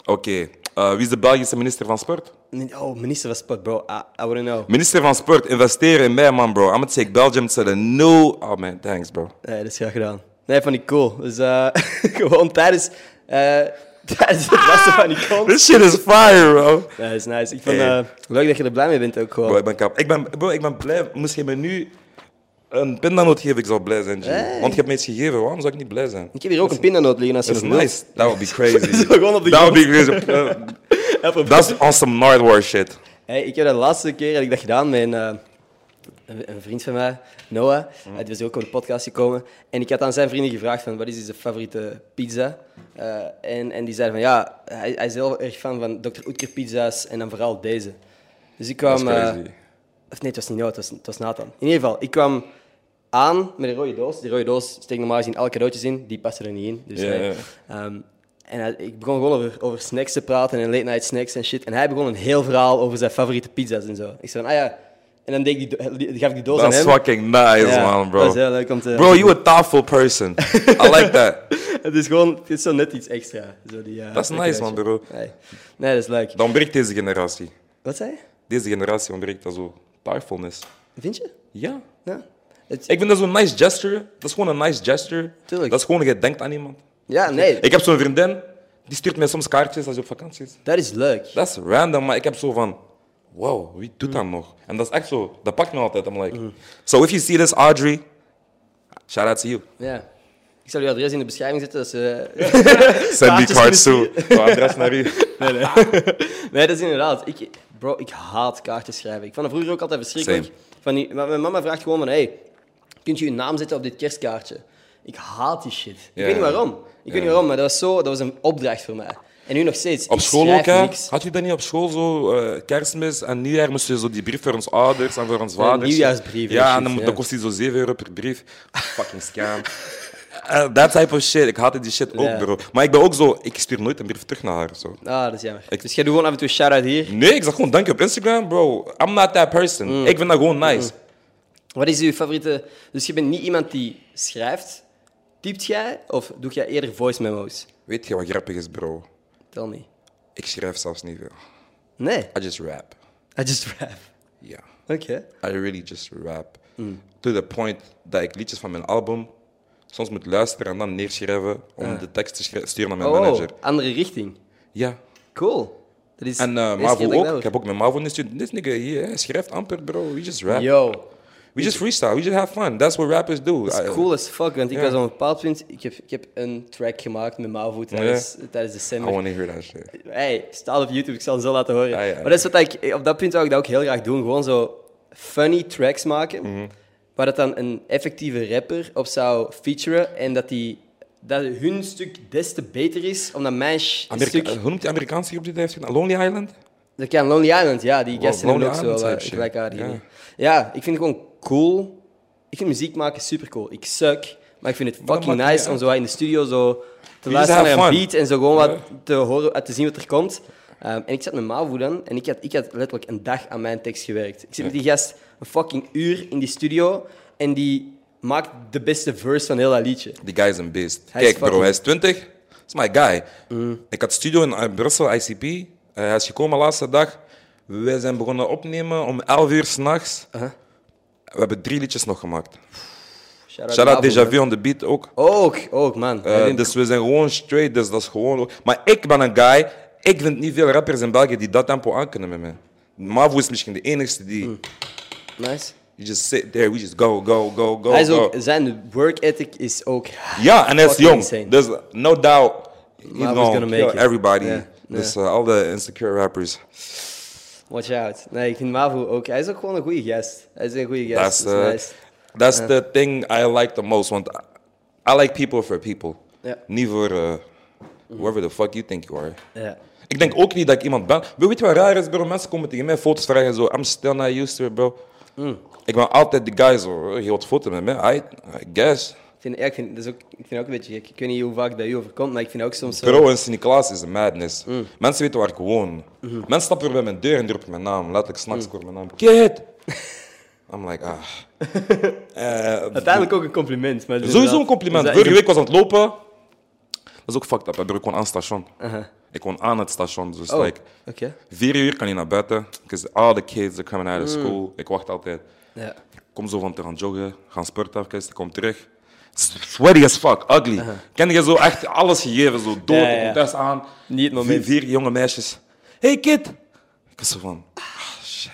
Oké, eh, wie is de Belgische minister van Sport? Oh, minister van Sport, bro. Ah, I, I wouldn't know. Minister van Sport, investeren in mij, man, bro. I'm gonna take Belgium to the new. Oh man, thanks, bro. Nee, dat is graag gedaan. Nee, van die cool. Dus eh, gewoon tijdens, eh tijdens het wassen van die kont. This shit is fire, bro. Nee, dat is nice. Ik vond Hey. eh, leuk dat je er blij mee bent ook gewoon. Bro, ik ben kap. Ik ben, bro, ik ben blij. Moest je me nu Euh, een pindanoot geven, ik zou blij zijn, G. Hey. Want je hebt me iets gegeven, waarom zou ik niet blij zijn? Ik heb hier ook een pindanoot liggen als je That's dat wilt. nice. That would be crazy. Zo gewoon op de That would be crazy. Ja, probeer. That's on some Nard War shit. Hey, ik heb de laatste keer dat ik dat gedaan met een, eh, een- een vriend van mij, Noah. Mhm. Hij is ook op de podcast gekomen. En ik had aan zijn vrienden gevraagd van, wat is zijn favoriete pizza? Eh, en, en die zeiden van, ja, hij, hij is heel erg fan van Dr. Oetker pizza's en dan vooral deze. Dus ik kwam... That's eh, crazy. of nee, het was niet Noah, het was, het was Nathan. In ieder geval, ik kwam aan met een rode doos. Die rode doos steekt normaal gezien alle cadeautjes in, die passen er niet in. Dus Ja, hij- ja. ehm, en hij- ik begon gewoon over, over snacks te praten en late night snacks en shit. En hij begon een heel verhaal over zijn favoriete pizza's en zo. Ik zei van, ah ja. En dan deed ik die, do- die- gaf ik die doos aan Dat is hem. fucking nice, Ja, man, bro. Dat is heel leuk om te... Bro, you a thoughtful person. I like that. Het is gewoon, het is zo net iets extra. Zo die, eh, Dat is nice, man, bro. Nee. nee, dat is leuk. Dat ontbreekt deze generatie. Wat zei je? Deze generatie ontbreekt dat zo. Thoughtfulness. Vind je? Ja. Ja. Het- Ik vind dat zo'n nice gesture. Dat is gewoon een nice gesture. Tuurlijk. Dat is gewoon, je denkt aan iemand. ja, nee, Ik heb zo'n vriendin, die stuurt mij soms kaartjes als je op vakantie is. dat is leuk. Dat is random, maar ik heb zo van... Wow, wie doet dat nog? En dat is echt zo, dat pakt me altijd. I'm like... So if you see this, Audrey, shout out to you. Ja. Ik zal je adres in de beschrijving zetten. Dat eh, ze... Send me Kaartjes cards too. Zo, adres naar u. nee, nee. nee, dat is inderdaad. Ik, bro, ik haat kaartjes schrijven. Ik vond dat vroeger ook altijd verschrikkelijk. Van die, maar mijn mama vraagt gewoon van, hey, kunt je je naam zetten op dit kerstkaartje? Ik haat die shit. Ik Ja. weet niet waarom. Ik weet niet waarom, maar dat was, zo, dat was een opdracht voor mij. En nu nog steeds. Op ik school ook, schrijf hè? niks. Had je dat niet op school zo? eh, kerstmis en nieuwjaar moest je zo die brief voor ons ouders en voor ons vaders. nieuwjaarsbrief, Ja, shit, en dan, ja. dan kost die zo 7 euro per brief. Fucking scam. Eh, That type of shit. Ik haatte die shit ook, Ja. bro. Maar ik ben ook zo, ik stuur nooit een brief terug naar haar. Zo. Ah, dat is jammer. Ik- Dus jij doet gewoon af en toe een shout-out hier. Nee, ik zeg gewoon dank je op Instagram, bro. I'm not that person. Mm. Ik vind dat gewoon nice. Wat is uw favoriete... Dus je bent niet iemand die schrijft. Typt jij of doe jij eerder voice memos? Weet je wat grappig is, bro? Tel me. Ik schrijf zelfs niet veel. Nee. I just rap. I just rap. Ja. Oké. I really just rap. Mm. To the point dat ik liedjes van mijn album soms moet luisteren en dan neerschrijven om de tekst te schrij- sturen naar mijn Ah. Oh, manager. andere richting. Ja. Cool. Dat is En de eh eerste Mavo keer dat ik ook. dat hoor. Ik heb ook met Mavo gestuurd. Dit nigga hier, hij schrijft amper, bro. We just rap. Yo. We just freestyle. We just have fun. That's what rappers do. Dat is I- cool as fuck, want ik Ja. was op een bepaald punt... Ik heb, ik heb een track gemaakt met Mavo tijdens, tijdens I december. want to hear that shit. Hey, staat op YouTube, ik zal het zo laten horen. Ja, Ah, ja. Maar dat is wat ik, op dat punt zou ik dat ook heel graag doen. Gewoon zo funny tracks maken, Mhm. waar dat dan een effectieve rapper op zou featuren. En dat, die, dat hun stuk des te beter is, omdat mijn sh- Amerika- stuk... Hoe noemt die Amerikaanse groep die dat heeft gedaan? Lonely Island? Dat kan Lonely Island, ja, die gasten Lonely hebben ook Island zo eh, type shit. gelijkaardig. Ja. Ja. ja, ik vind het gewoon cool. Ik vind muziek maken super cool. Ik suck, maar ik vind het dat fucking maakt niet nice om zo in de studio zo te We luisteren just naar have een fun. beat en zo gewoon Ja. wat te horen, eh, te zien wat er komt. Ehm, en ik zat met Mavo dan en ik had, ik had letterlijk een dag aan mijn tekst gewerkt. Ik zit met die gast een fucking uur in die studio en die maakt de beste verse van heel dat liedje. Die guy is een beest. Hij is Kijk, bro, fucking- hij is 20. Dat is my guy. Ik had studio in eh, Brussel, ICP. Eh, hij is gekomen laatste dag. Wij zijn begonnen opnemen om 11 uur s'nachts. Uh-huh. We hebben drie liedjes nog gemaakt. Shout-out Shout out Mavo, Deja man. Vu on the beat ook. Ook, ook, man. Eh, dus we zijn gewoon straight, dus dat is gewoon... ook- Maar ik ben een guy, ik vind niet veel rappers in België die dat tempo aankunnen met mij. Mavo is misschien de enigste die... Mm. Nice. You just sit there, we just go, go, go, go, Hij is go. ook, zijn work ethic is ook Oh, Ja, en hij is Fucking jong. insane. Dus no doubt, Marvel's he's gonna gonna make make kill it. everybody. Ja, Dus eh, al de insecure rappers. Watch out. Nee, ik vind Mavo ook. Hij is ook gewoon een goede guest. Hij is een goede guest. That's, Dat is eh, nice. that's the thing I like the most. Want I- I like people for people. Ja. Niet voor eh, whoever the fuck you think you are. Ja. Ik denk ook niet dat ik iemand ben. Maar weet je wat raar is, bro? Mensen komen tegen mij foto's vragen zo. I'm still not used to it, bro. Mm. Ik ben altijd de guy zo. eh, Je wilt foto met mij? I, I guess. Ik vind, ja, ik, vind, dat is ook, ik vind dat ook een beetje gek. Ik weet niet hoe vaak het bij u overkomt, maar ik vind dat ook soms zo... Bro, in Sint-Niklaas is een madness. Mensen weten waar ik woon. Mensen stappen bij mijn deur en roepen mijn naam. Letterlijk, s'nachts mm. mijn naam. Kid! I'm like, ah. Eh, Uiteindelijk ook een compliment. Maar het is sowieso inderdaad- een compliment. is dat- Vorige week was aan het lopen. Dat is ook fucked up. hè, bro. Ik woon aan het station. Ik woon aan het station. Dus Oh, like, oké. vier uur kan je naar buiten. Because all the kids are coming out of Mm. school. Ik wacht altijd. Ja. Ik kom zo van te gaan joggen, gaan sporten even, ik kom terug. Sweaty as fuck, ugly. Ken je zo echt alles gegeven, zo dood, Uh-huh. Ja, ja, ik ja. kom thuis aan. Niet het moment. Vier, vier jonge meisjes. Hey kid! Ik was zo van, ah shit.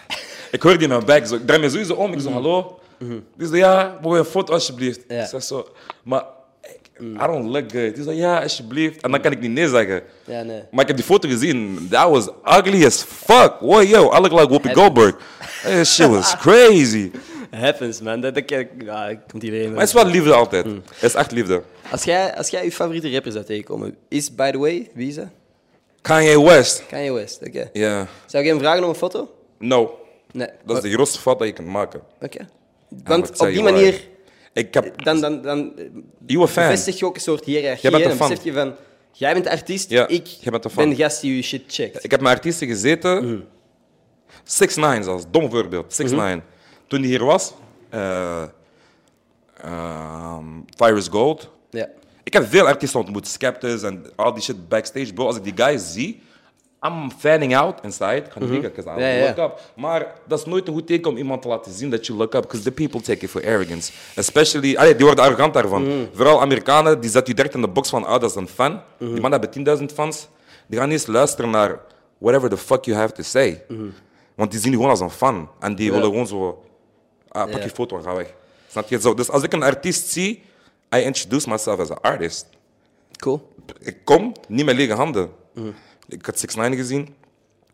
Ik hoorde die in mijn bek, zo. ik draai me sowieso om, ik zo hallo. Die zei ja, wil je een foto alsjeblieft? Mhm. Ja. Mhm. Ik zeg zo, maar ik- I don't look good. Die zei ja, alsjeblieft. En dan kan ik niet nee zeggen. Ja, nee. Maar ik heb die foto gezien. That was ugly as fuck. Wow, yo, I look like Whoopi Goldberg. That shit was crazy. Happens, man. Dat, dat, ken ik- ja, dat komt iedereen... Maar het is wel liefde altijd. Mm. Het is echt liefde. Als jij, als jij je favoriete rapper zou tegenkomen, is, by the way, wie is dat? Kanye West. Kanye West, oké. Ja. Zou ik hem vragen om een foto? No. Nee. Oh, Dat is de grootste fout dat je kunt maken. Oké. Eh, Want I'll op tell die you why. manier Ik heb... Dan, dan, dan eh, You're a fan. bevestig je ook een soort hiërarchie. Jij bent hè. een Dan fan. besef je van, jij bent de artiest, Ja, ik jij bent een fan. ben de gast die je shit checkt. Ik heb met artiesten gezeten. Mm. 6 9 zelfs, dom voorbeeld. 6 Mhm. 9 Toen die hier was, eh ehm, Tyrus Gold. Ja. Ik heb veel artiesten ontmoet, Skeptics en al die shit backstage. Bro, als ik die guys zie, I'm fanning out inside. Ik ga Mhm. niet mm aan, Ja, ja. look up. Maar dat is nooit een goed teken om iemand te laten zien dat je look up. Because the people take it for arrogance. Especially, allee, die worden arrogant daarvan. Vooral Amerikanen, die zetten je direct in de box van, ah, dat is een fan. Die man hebben 10.000 fans. Die gaan niet eens luisteren naar whatever the fuck you have to say. Want die zien je gewoon als een fan. En die willen gewoon zo, ah, pak je foto en ga weg. Snap je? Zo, dus als ik een artiest zie, I introduce myself as an artist Cool. ik kom niet met lege handen. Ik had 6 9 gezien,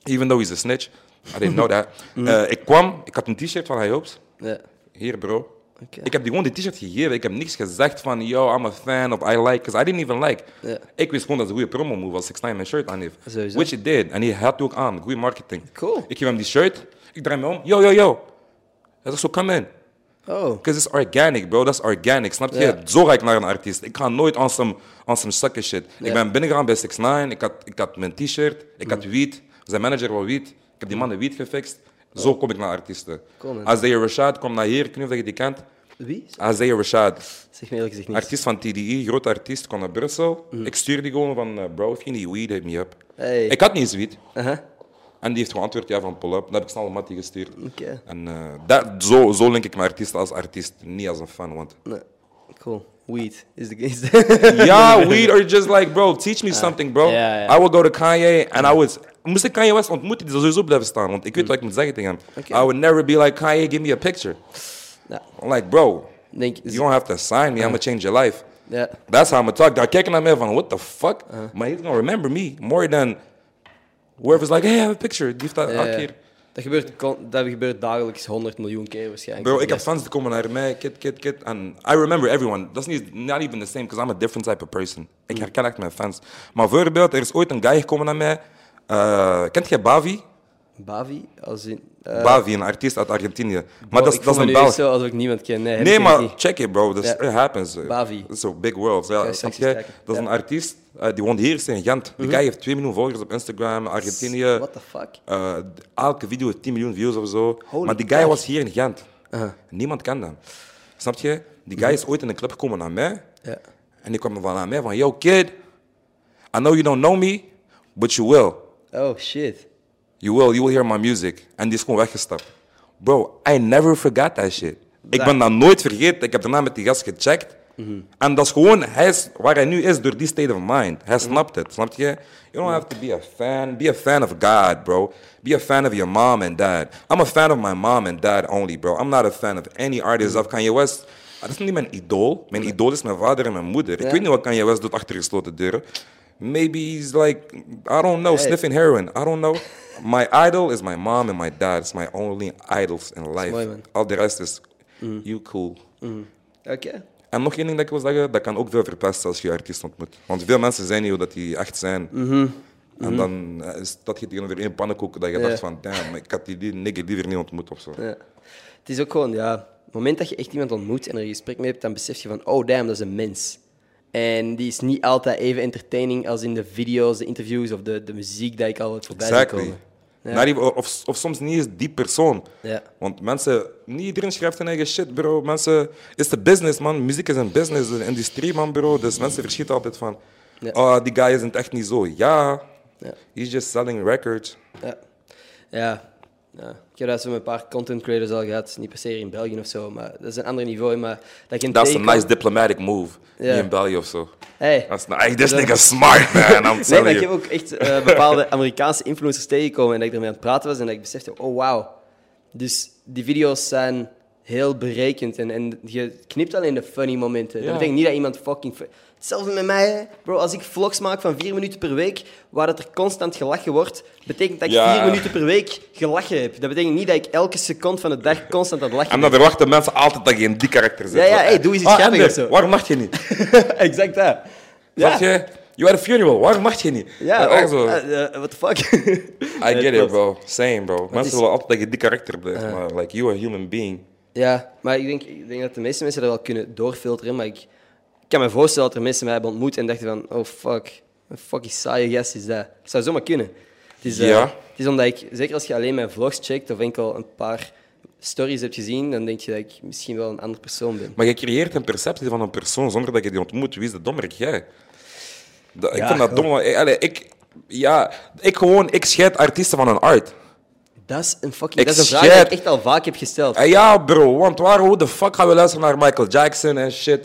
even though he's a snitch. I didn't know that. Mm. Eh, ik kwam, ik had een t-shirt van High Hopes. Ja. Hier, bro. Oké. Ik heb die gewoon die t-shirt gegeven. Ik heb niks gezegd van, yo, I'm a fan of I like, because I didn't even like. Ja. Ik wist gewoon dat het een goede promo move was, 6 9 mijn shirt aan heeft. Sowieso. Which it did. En hij had ook aan, goede marketing. Cool. Ik geef hem die shirt, ik draai me om, yo, yo, yo. Hij zegt zo, come in. Oh. Because it's organic, bro. Dat is organic. Snap je? Ja. Zo ga ik naar een artiest. Ik ga nooit aan some, aan some sucker shit. Ja. Mm. Ik ben binnengegaan bij 6 9 ik had, ik had mijn t-shirt, ik had wiet. Zijn manager wil wiet. Ik heb die man de wiet gefixt. Zo kom ik naar artiesten. Cool, man. Isaiah Rashad, kom naar hier. Ik weet niet of je die kent. Wie? Isaiah Rashad. Zeg me eerlijk gezegd niet. Mm. Artiest van TDI, groot artiest, kwam naar Brussel. Ik stuurde die gewoon van, eh, bro, if you need weed, hit me up. Hey. Ik had niet eens wiet. Aha. En die heeft geantwoord, ja, van pull-up. Dan heb ik snel een mattie gestuurd. Oké. En eh, dat, zo, zo link ik mijn artiest als artiest, niet als een fan. Want Nee. Cool. Weed is de is de- ja, weed or just like, bro, teach me something, bro. ja, ja. I would go to Kanye and I would... Moest ik Kanye West ontmoeten, die zou sowieso blijven staan. Want ik weet wat ik moet zeggen tegen hem. I would never be like, Kanye, give me a picture. Ja. I'm like, bro, Denk, you don't have to sign me. I'm gonna change your life. Ja. That's how I'm gonna talk. Daar kijken naar mij van, what the fuck? Maar he's gonna remember me more than whoever's like, hey, I have a picture. Die heeft dat elke Ja, ja. keer. Dat gebeurt, con- dat gebeurt dagelijks 100 miljoen keer waarschijnlijk. Bro, ik heb fans die komen naar mij, kid, kid, kid. En I remember everyone. That's niet not even the same, because I'm a different type of person. Hmm. Ik herken echt mijn fans. Maar voorbeeld, er is ooit een guy gekomen naar mij. eh, kent jij Bavi? Bavi, als in... eh, Bavi, een artiest uit Argentinië. Maar oh, dat is, ik dat voel is een me nu echt Belg. zo alsof ik niemand ken. Nee, heb Nee, ik maar niet. check it, bro. This, Ja. It happens. eh. Bavi. It's a big world. Ja, ik snap straks eens jij? Dat kijken. is Ja. Mhm. een artiest, eh, die woont hier in Gent. Die guy heeft 2 miljoen volgers op Instagram, Argentinië. What the fuck? Eh, d- elke video heeft 10 miljoen views of zo. Holy Eh. maar die guy cow. was hier in Gent. Niemand kende hem. Snap je? Die guy is ooit in een club gekomen naar mij. Ja. En die kwam van naar mij van, yo kid, I know you don't know me, but you will. Oh, shit. You will, you will hear my music. En die is gewoon weggestapt. Bro, I never forgot that shit. Ik Dat- ben dat nooit vergeten. Ik heb daarna met die gast gecheckt. En dat is gewoon, hij is waar hij nu is door die state of mind. Hij snapt het, snap je? You don't have to be a fan. Be a fan of God, bro. Be a fan of your mom and dad. I'm a fan of my mom and dad only, bro. I'm not a fan of any artist of Kanye West. Ah, Dat is niet mijn idool. Mijn idool is mijn vader en mijn moeder. Ik weet niet wat Kanye West doet achter gesloten deuren. Maybe he's like, I don't know, sniffing heroin. I don't know. My idol is my mom and my dad. It's my only idols in life. mooi, man. Mm. Al de rest is, you cool. Oké. En nog één ding dat ik wil zeggen, dat kan ook veel verpesten als je je artiest ontmoet. Want veel mensen zijn niet hoe dat die echt zijn. En dan eh, is dat je tegenover één pannenkoek dat je Mhm. Ja. dacht van, damn, ik had die, die nigger liever niet ontmoet of zo. Ja. Het is ook gewoon, ja, op het moment dat je echt iemand ontmoet en er een gesprek mee hebt, dan besef je van, oh damn, dat is een mens. En die is niet altijd even entertaining als in de video's, de interviews of de, de muziek dat ik al wat voorbij zie Exactly. komen. Ja. Not even- of, of soms niet eens die persoon. Ja. Want mensen, niet iedereen schrijft zijn eigen shit, bro. Mensen, is de business, man. Muziek is een business, een industrie, man, bro. Dus mensen verschieten altijd van, Ja. oh, die guy is het echt niet zo. Ja, Ja. he's just selling records. Ja. Ja. ja. Ik heb dat zo met een paar content creators al gehad. Niet per se in België of zo, maar dat is een ander niveau. Maar dat je een That's a tegenkomt- nice diplomatic move. Ja. Niet in België of zo. Hey. That's not, hey, this nigga smart, man. I'm Nee, telling maar ik heb you. ook echt eh, bepaalde Amerikaanse influencers tegengekomen en dat ik ermee aan het praten was en dat ik besefte, oh wauw. Dus die video's zijn heel berekend en, en je knipt alleen de funny momenten. Ja. Dat betekent niet dat iemand fucking... fu- Hetzelfde met mij, hè. bro. Als ik vlogs maak van vier minuten per week, waar dat er constant gelachen wordt, betekent dat ik Ja. vier minuten per week gelachen heb. Dat betekent niet dat ik elke seconde van de dag constant aan het lachen En dan verwachten mensen altijd dat je in die karakter zit. Ja, ja, hey, doe eens iets Ah, grappigs Ender, of zo. Waarom mag je niet? ben. exact dat. Ja. Snap je? You had a funeral, waarom mag je niet? Ja, Dat is echt oh, zo. eh, eh, what the fuck? I Nee, get it, klopt. bro. Same, bro. Mensen is- willen altijd dat je die karakter blijft, maar like, you a human being. Ja, maar ik denk, ik denk dat de meeste mensen dat wel kunnen doorfilteren. Maar ik, ik kan me voorstellen dat er mensen mij hebben ontmoet en dachten van... Oh, fuck. Een fucking saaie gast is dat. Ik zou zomaar kunnen. Het is, eh, Ja. het is omdat ik... Zeker als je alleen mijn vlogs checkt of enkel een paar stories hebt gezien, dan denk je dat ik misschien wel een andere persoon ben. Maar je creëert een perceptie van een persoon zonder dat je die ontmoet. Wie is de dommerik? Jij. Dat- ik Ja, vind dat dom. want- eh, allee, ik, ja, ik, gewoon, ik scheid artiesten van hun art. Dat is een fucking... Ik dat is een vraag scheid- die ik echt al vaak heb gesteld. Eh, ja, bro, want waar, hoe de fuck gaan we luisteren naar Michael Jackson en shit?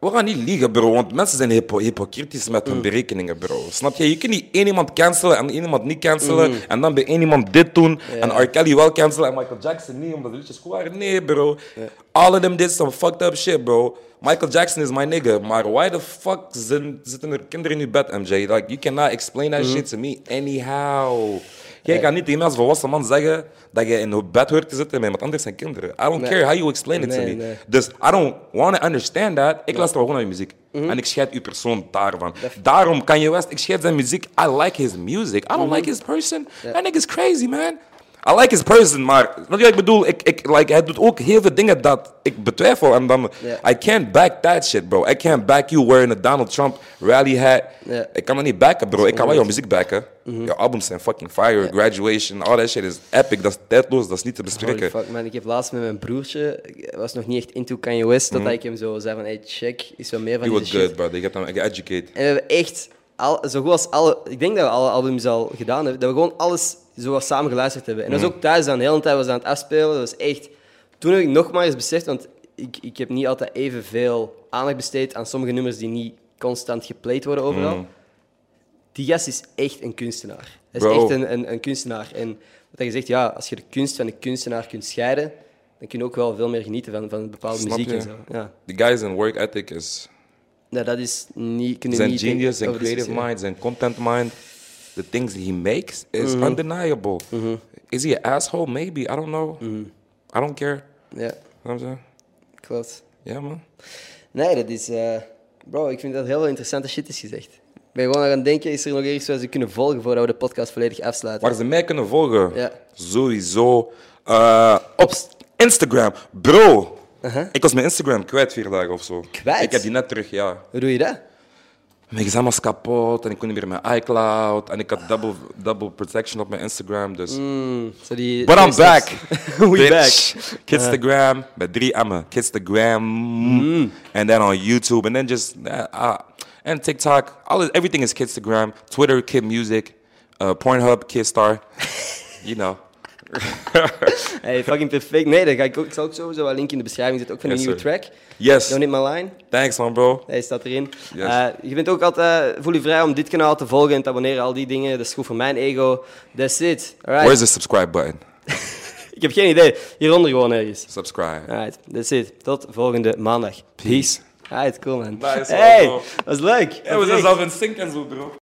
We gaan niet liegen, bro, want mensen zijn hypo hypocritisch met Mm. hun berekeningen, bro. Snap je? Je kunt niet één iemand cancelen en één iemand niet cancelen. Mm. En dan bij één iemand dit doen en R. Kelly wel cancelen en Michael Jackson niet, omdat de liedjes goed waren. Nee, bro. All of them did some fucked up shit, bro. Michael Jackson is my nigga, maar why the fuck zin- zitten er kinderen in je bed, MJ? Like, you cannot explain Mm. that shit to me anyhow. Jij kan niet tegen mij als volwassen man zeggen dat je in je bed hoort te zitten met iemand anders zijn kinderen. I don't Nee. care how you explain it to Nee, me. nee. Dus I don't want to understand that. Ik luister gewoon naar je muziek. Mhm. En ik scheid uw persoon daarvan. Daarom kan je West, ik scheid zijn muziek. I like his music. I don't Mhm. like his person. That nigga's crazy, man. I like his person, maar snap je wat ik bedoel? Ik, ik, like, hij doet ook heel veel dingen dat ik betwijfel. En dan, Ja. I can't back that shit, bro. I can't back you wearing a Donald Trump rally hat. Ja. Mhm. Ik kan dat niet backen, bro. Ik kan wel jouw muziek backen. Jouw albums zijn fucking fire. Graduation, all that shit is epic. Dat is tijdloos, dat is niet te Holy bespreken. fuck, man. Ik heb laatst met mijn broertje... Ik was nog niet echt into Kanye West, totdat ik hem zo zei van... Hey, check. Is wel meer van Mhm. You deze were shit. good, bro. Je hebt hem geeducated. En we hebben echt, al, zo goed als alle, ik denk dat we alle albums al gedaan hebben, dat we gewoon alles zo wat samen geluisterd hebben. En dat is Mhm. ook thuis dan, de hele tijd was aan het afspelen. Dat was echt, toen heb ik nog maar eens beseft, want ik, ik heb niet altijd evenveel aandacht besteed aan sommige nummers die niet constant geplayed worden overal. Mhm. Die gast is echt een kunstenaar. Hij is Bro. echt een, een, een kunstenaar. En wat hij zegt, ja, als je de kunst van de kunstenaar kunt scheiden, dan kun je ook wel veel meer genieten van, van bepaalde Snap muziek je? en zo. Ja. Die guys in work ethic is Nou, dat is niet... Kunnen we zijn niet denken genius, zijn over creative discussiëren. mind, zijn content mind. The things he makes is Mhm. undeniable. Is he an asshole? Maybe. I don't know. Mhm. I don't care. Ja, Snap je? Ja, klopt. man. Nee, dat is. eh, bro, ik vind dat heel veel interessante shit is gezegd. Ik ben gewoon aan het denken: is er nog ergens waar ze kunnen volgen voordat we de podcast volledig afsluiten? Waar ze mij kunnen volgen. Ja. Sowieso. Eh, op s- Instagram. Bro. Ik was mijn Instagram kwijt vier dagen of zo. Uh-huh. Kwijt? Ik heb die net terug, ja. Hoe doe je dat? Mijn examen was kapot en ik kon niet meer met iCloud. En ik Ah. had double, double protection op mijn Instagram. Dus Mm. Zo die, But I'm eerste- back. Uh-huh. We bitch. Kidstagram met drie M'en. Kidstagram. And then on YouTube. And then just... Uh, uh, and TikTok. All, is- everything is Kidstagram. Twitter, Kid Music. Uh, Pornhub, Kidstar. you know. Hey, fucking perfect. Nee, dat ga ik ook. Ik zal ook sowieso wel een link in de beschrijving zetten. Ook van de Yes, nieuwe sir. track. Yes. Don't hit my line. Thanks, man, bro. Hij staat erin. Yes. Eh, je bent ook altijd. eh, Voel je vrij om dit kanaal te volgen en te abonneren. Al die dingen. Dat is goed voor mijn ego. That's it. Alright. Where's the subscribe button? Ik heb geen idee. Hieronder gewoon ergens. Subscribe. Alright, that's it. Tot volgende maandag. Peace. Alright, cool man. Nice, hey, man, bro. was leuk. It was leuk. as I've been sinking, bro.